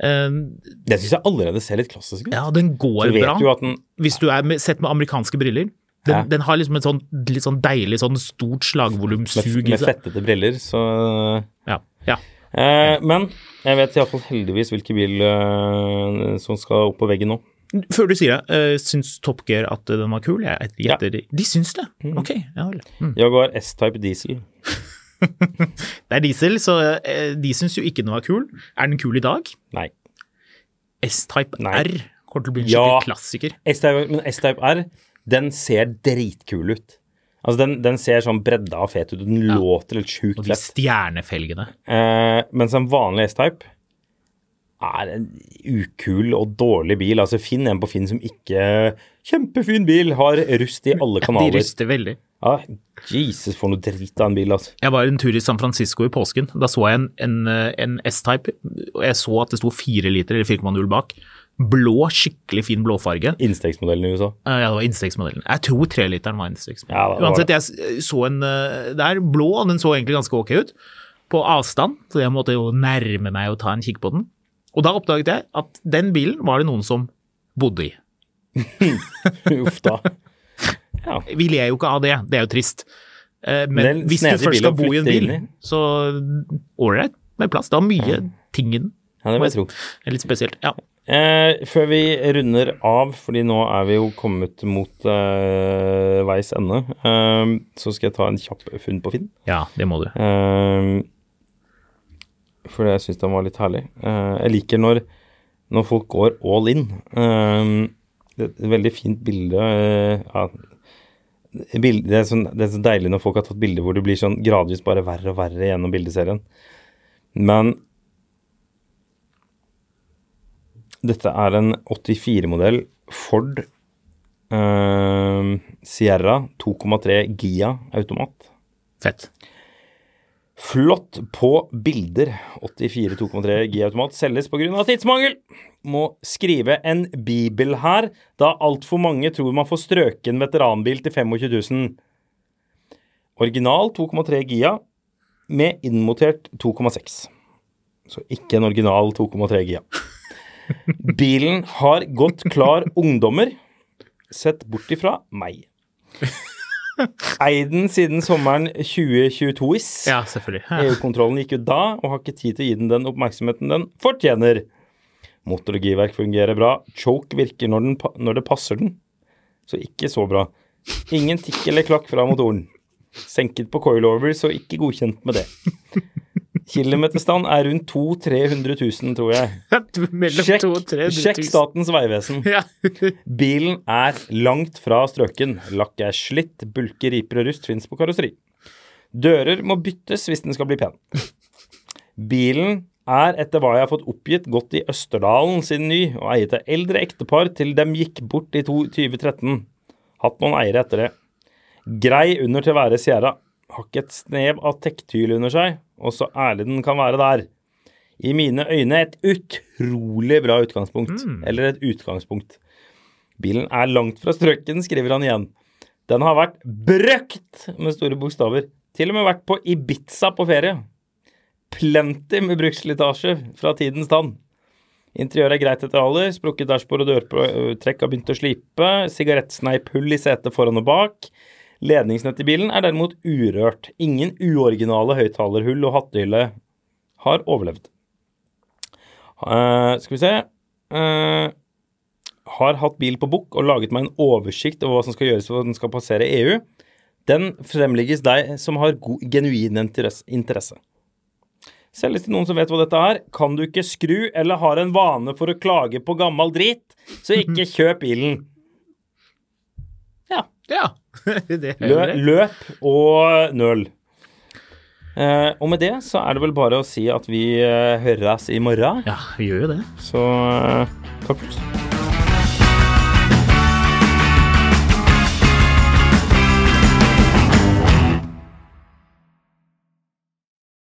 Speaker 2: Eh,
Speaker 1: Den syns jeg allerede ser litt klassisk ut.
Speaker 2: Ja, den
Speaker 1: du
Speaker 2: går
Speaker 1: vet
Speaker 2: bra.
Speaker 1: jo at den
Speaker 2: hvis du er med, sett med amerikanske briller. Den,
Speaker 1: Ja.
Speaker 2: den har liksom et sånn litt sånn deilig sånn
Speaker 1: med,
Speaker 2: stort slagvolumsug i
Speaker 1: med
Speaker 2: seg.
Speaker 1: fettete briller, så
Speaker 2: Ja, ja.
Speaker 1: eh, Men jeg vet iallfall heldigvis hvilken bil eh, som skal opp på veggen nå.
Speaker 2: Før du sier det, øh, syns Top Gear at den var kul? Jeg gjetter De syns det? Ok. Ja, vel. Mm.
Speaker 1: Jaguar S-Type Diesel.
Speaker 2: Det er diesel, så øh, de syns jo ikke den var kul. Er den kul i dag?
Speaker 1: Nei.
Speaker 2: S-Type
Speaker 1: Nei.
Speaker 2: R kommer til å bli en
Speaker 1: Ja.
Speaker 2: skikkelig klassiker.
Speaker 1: S-Type, men S-Type R, den ser dritkul ut. Altså, den, den ser sånn bredda og fet ut, og den låter litt sjukt
Speaker 2: Og de
Speaker 1: fett.
Speaker 2: stjernefelgene.
Speaker 1: Eh, mens en vanlig S-Type er en ukul og dårlig bil. Altså, finn en på Finn som ikke Kjempefin bil, har rust i alle
Speaker 2: De
Speaker 1: kanaler.
Speaker 2: ryster veldig.
Speaker 1: Ja, Jesus, for noe dritt av en bil, altså.
Speaker 2: Jeg var en tur i San Francisco i påsken. Da så jeg en, en, eh, en S-Type, og jeg så at det sto 4 liter eller 4,0 bak. Blå, skikkelig fin blåfarge.
Speaker 1: Innstegsmodellen i USA.
Speaker 2: Eh, Ja, det var innstegsmodellen. Jeg tror treliteren var innstegsmodellen.
Speaker 1: Ja, det var
Speaker 2: Uansett,
Speaker 1: det.
Speaker 2: jeg s- så en eh, der, blå, og den så egentlig ganske ok ut på avstand, så jeg måtte jo nærme meg og ta en kikk på den. Og da oppdaget jeg at den bilen var det noen som bodde i.
Speaker 1: Uff da.
Speaker 2: Vil jeg jo ikke ha det, det er jo trist. Eh,
Speaker 1: Det er
Speaker 2: Men
Speaker 1: en
Speaker 2: hvis du
Speaker 1: snedig
Speaker 2: først
Speaker 1: bil
Speaker 2: skal
Speaker 1: å
Speaker 2: bo i en
Speaker 1: flytte
Speaker 2: bil,
Speaker 1: inn i.
Speaker 2: så ålreit med plass. Det var mye ting i den.
Speaker 1: Ja, det vil jeg tro.
Speaker 2: Det er Litt spesielt. Ja.
Speaker 1: Eh, før vi runder av, fordi nå er vi jo kommet mot eh, veis ende, eh, så skal jeg ta en kjapp funn på Finn.
Speaker 2: ja, det må du.
Speaker 1: Eh, for jeg syns den var litt herlig. Eh, jeg liker når, når folk går all in. Eh, det er et veldig fint bilde. eh, ja, Bild- det, er sånn, det er så deilig når folk har tatt bilder hvor det blir sånn gradvis bare verre og verre gjennom bildeserien. Men dette er en 84-modell Ford eh, Sierra 2,3 Gia automat.
Speaker 2: Fett.
Speaker 1: Flott på bilder. 84 2,3 G-automat selges pga. tidsmangel. Må skrive en bibel her, da altfor mange tror man får strøken veteranbil til 25 000. Original 2,3 Gia med innmotert 2,6. Så ikke en original 2,3 Gia. Bilen har godt klar ungdommer, sett bort ifra meg. Eid den siden sommeren 2022-is.
Speaker 2: Ja, selvfølgelig.
Speaker 1: EU-kontrollen gikk ut da, og har ikke tid til å gi den den oppmerksomheten den fortjener. Motor og girverk fungerer bra. Choke virker når, den, pa- når det passer den, så ikke så bra. Ingen tikk eller klakk fra motoren. Senket på coilover, så ikke godkjent med det. Kilometerstand er rundt 200 000-300 000, tror jeg.
Speaker 2: Mellom
Speaker 1: Sjekk,
Speaker 2: to og tre
Speaker 1: sjekk
Speaker 2: tusen.
Speaker 1: Statens vegvesen.
Speaker 2: Ja.
Speaker 1: Bilen er langt fra strøken. Lakk er slitt, bulker, riper og rust fins på karosseri. Dører må byttes hvis den skal bli pen. Bilen er, etter hva jeg har fått oppgitt, gått i Østerdalen siden ny, og eiet av eldre ektepar til dem gikk bort i to- 2013. Hatt noen eiere etter det. Grei under til å være Sierra. Har ikke et snev av tekktyl under seg, og så ærlig den kan være der. I mine øyne et utrolig bra utgangspunkt. Eller et utgangspunkt. Bilen er langt fra strøken, skriver han igjen. Den har vært brøkt med store bokstaver. Til og med vært på Ibiza på ferie. Plenty med bruksslitasje fra tidens tann. Interiøret er greit etter alder. Sprukket dashbord og dørtrekk har begynt å slipe. Sigarettsneiphull i setet foran og bak. Ledningsnettet i bilen er derimot urørt. Ingen uoriginale høyttalerhull og hattehylle har overlevd. Eh, skal vi se Eh, har hatt bil på bukk og laget meg en oversikt over hva som skal gjøres for at den skal passere EU. Den fremlegges deg som har god, genuin interes- interesse. Selges til noen som vet hva dette er. Kan du ikke skru eller har en vane for å klage på gammel drit, så ikke kjøp bilen. Ja.
Speaker 2: Ja. det er
Speaker 1: Lø,
Speaker 2: greit.
Speaker 1: løp og nøl. Eh, og med det så er det vel bare å si at vi eh, høres i morgen.
Speaker 2: Ja, vi gjør jo det.
Speaker 1: Så eh, takk for oss.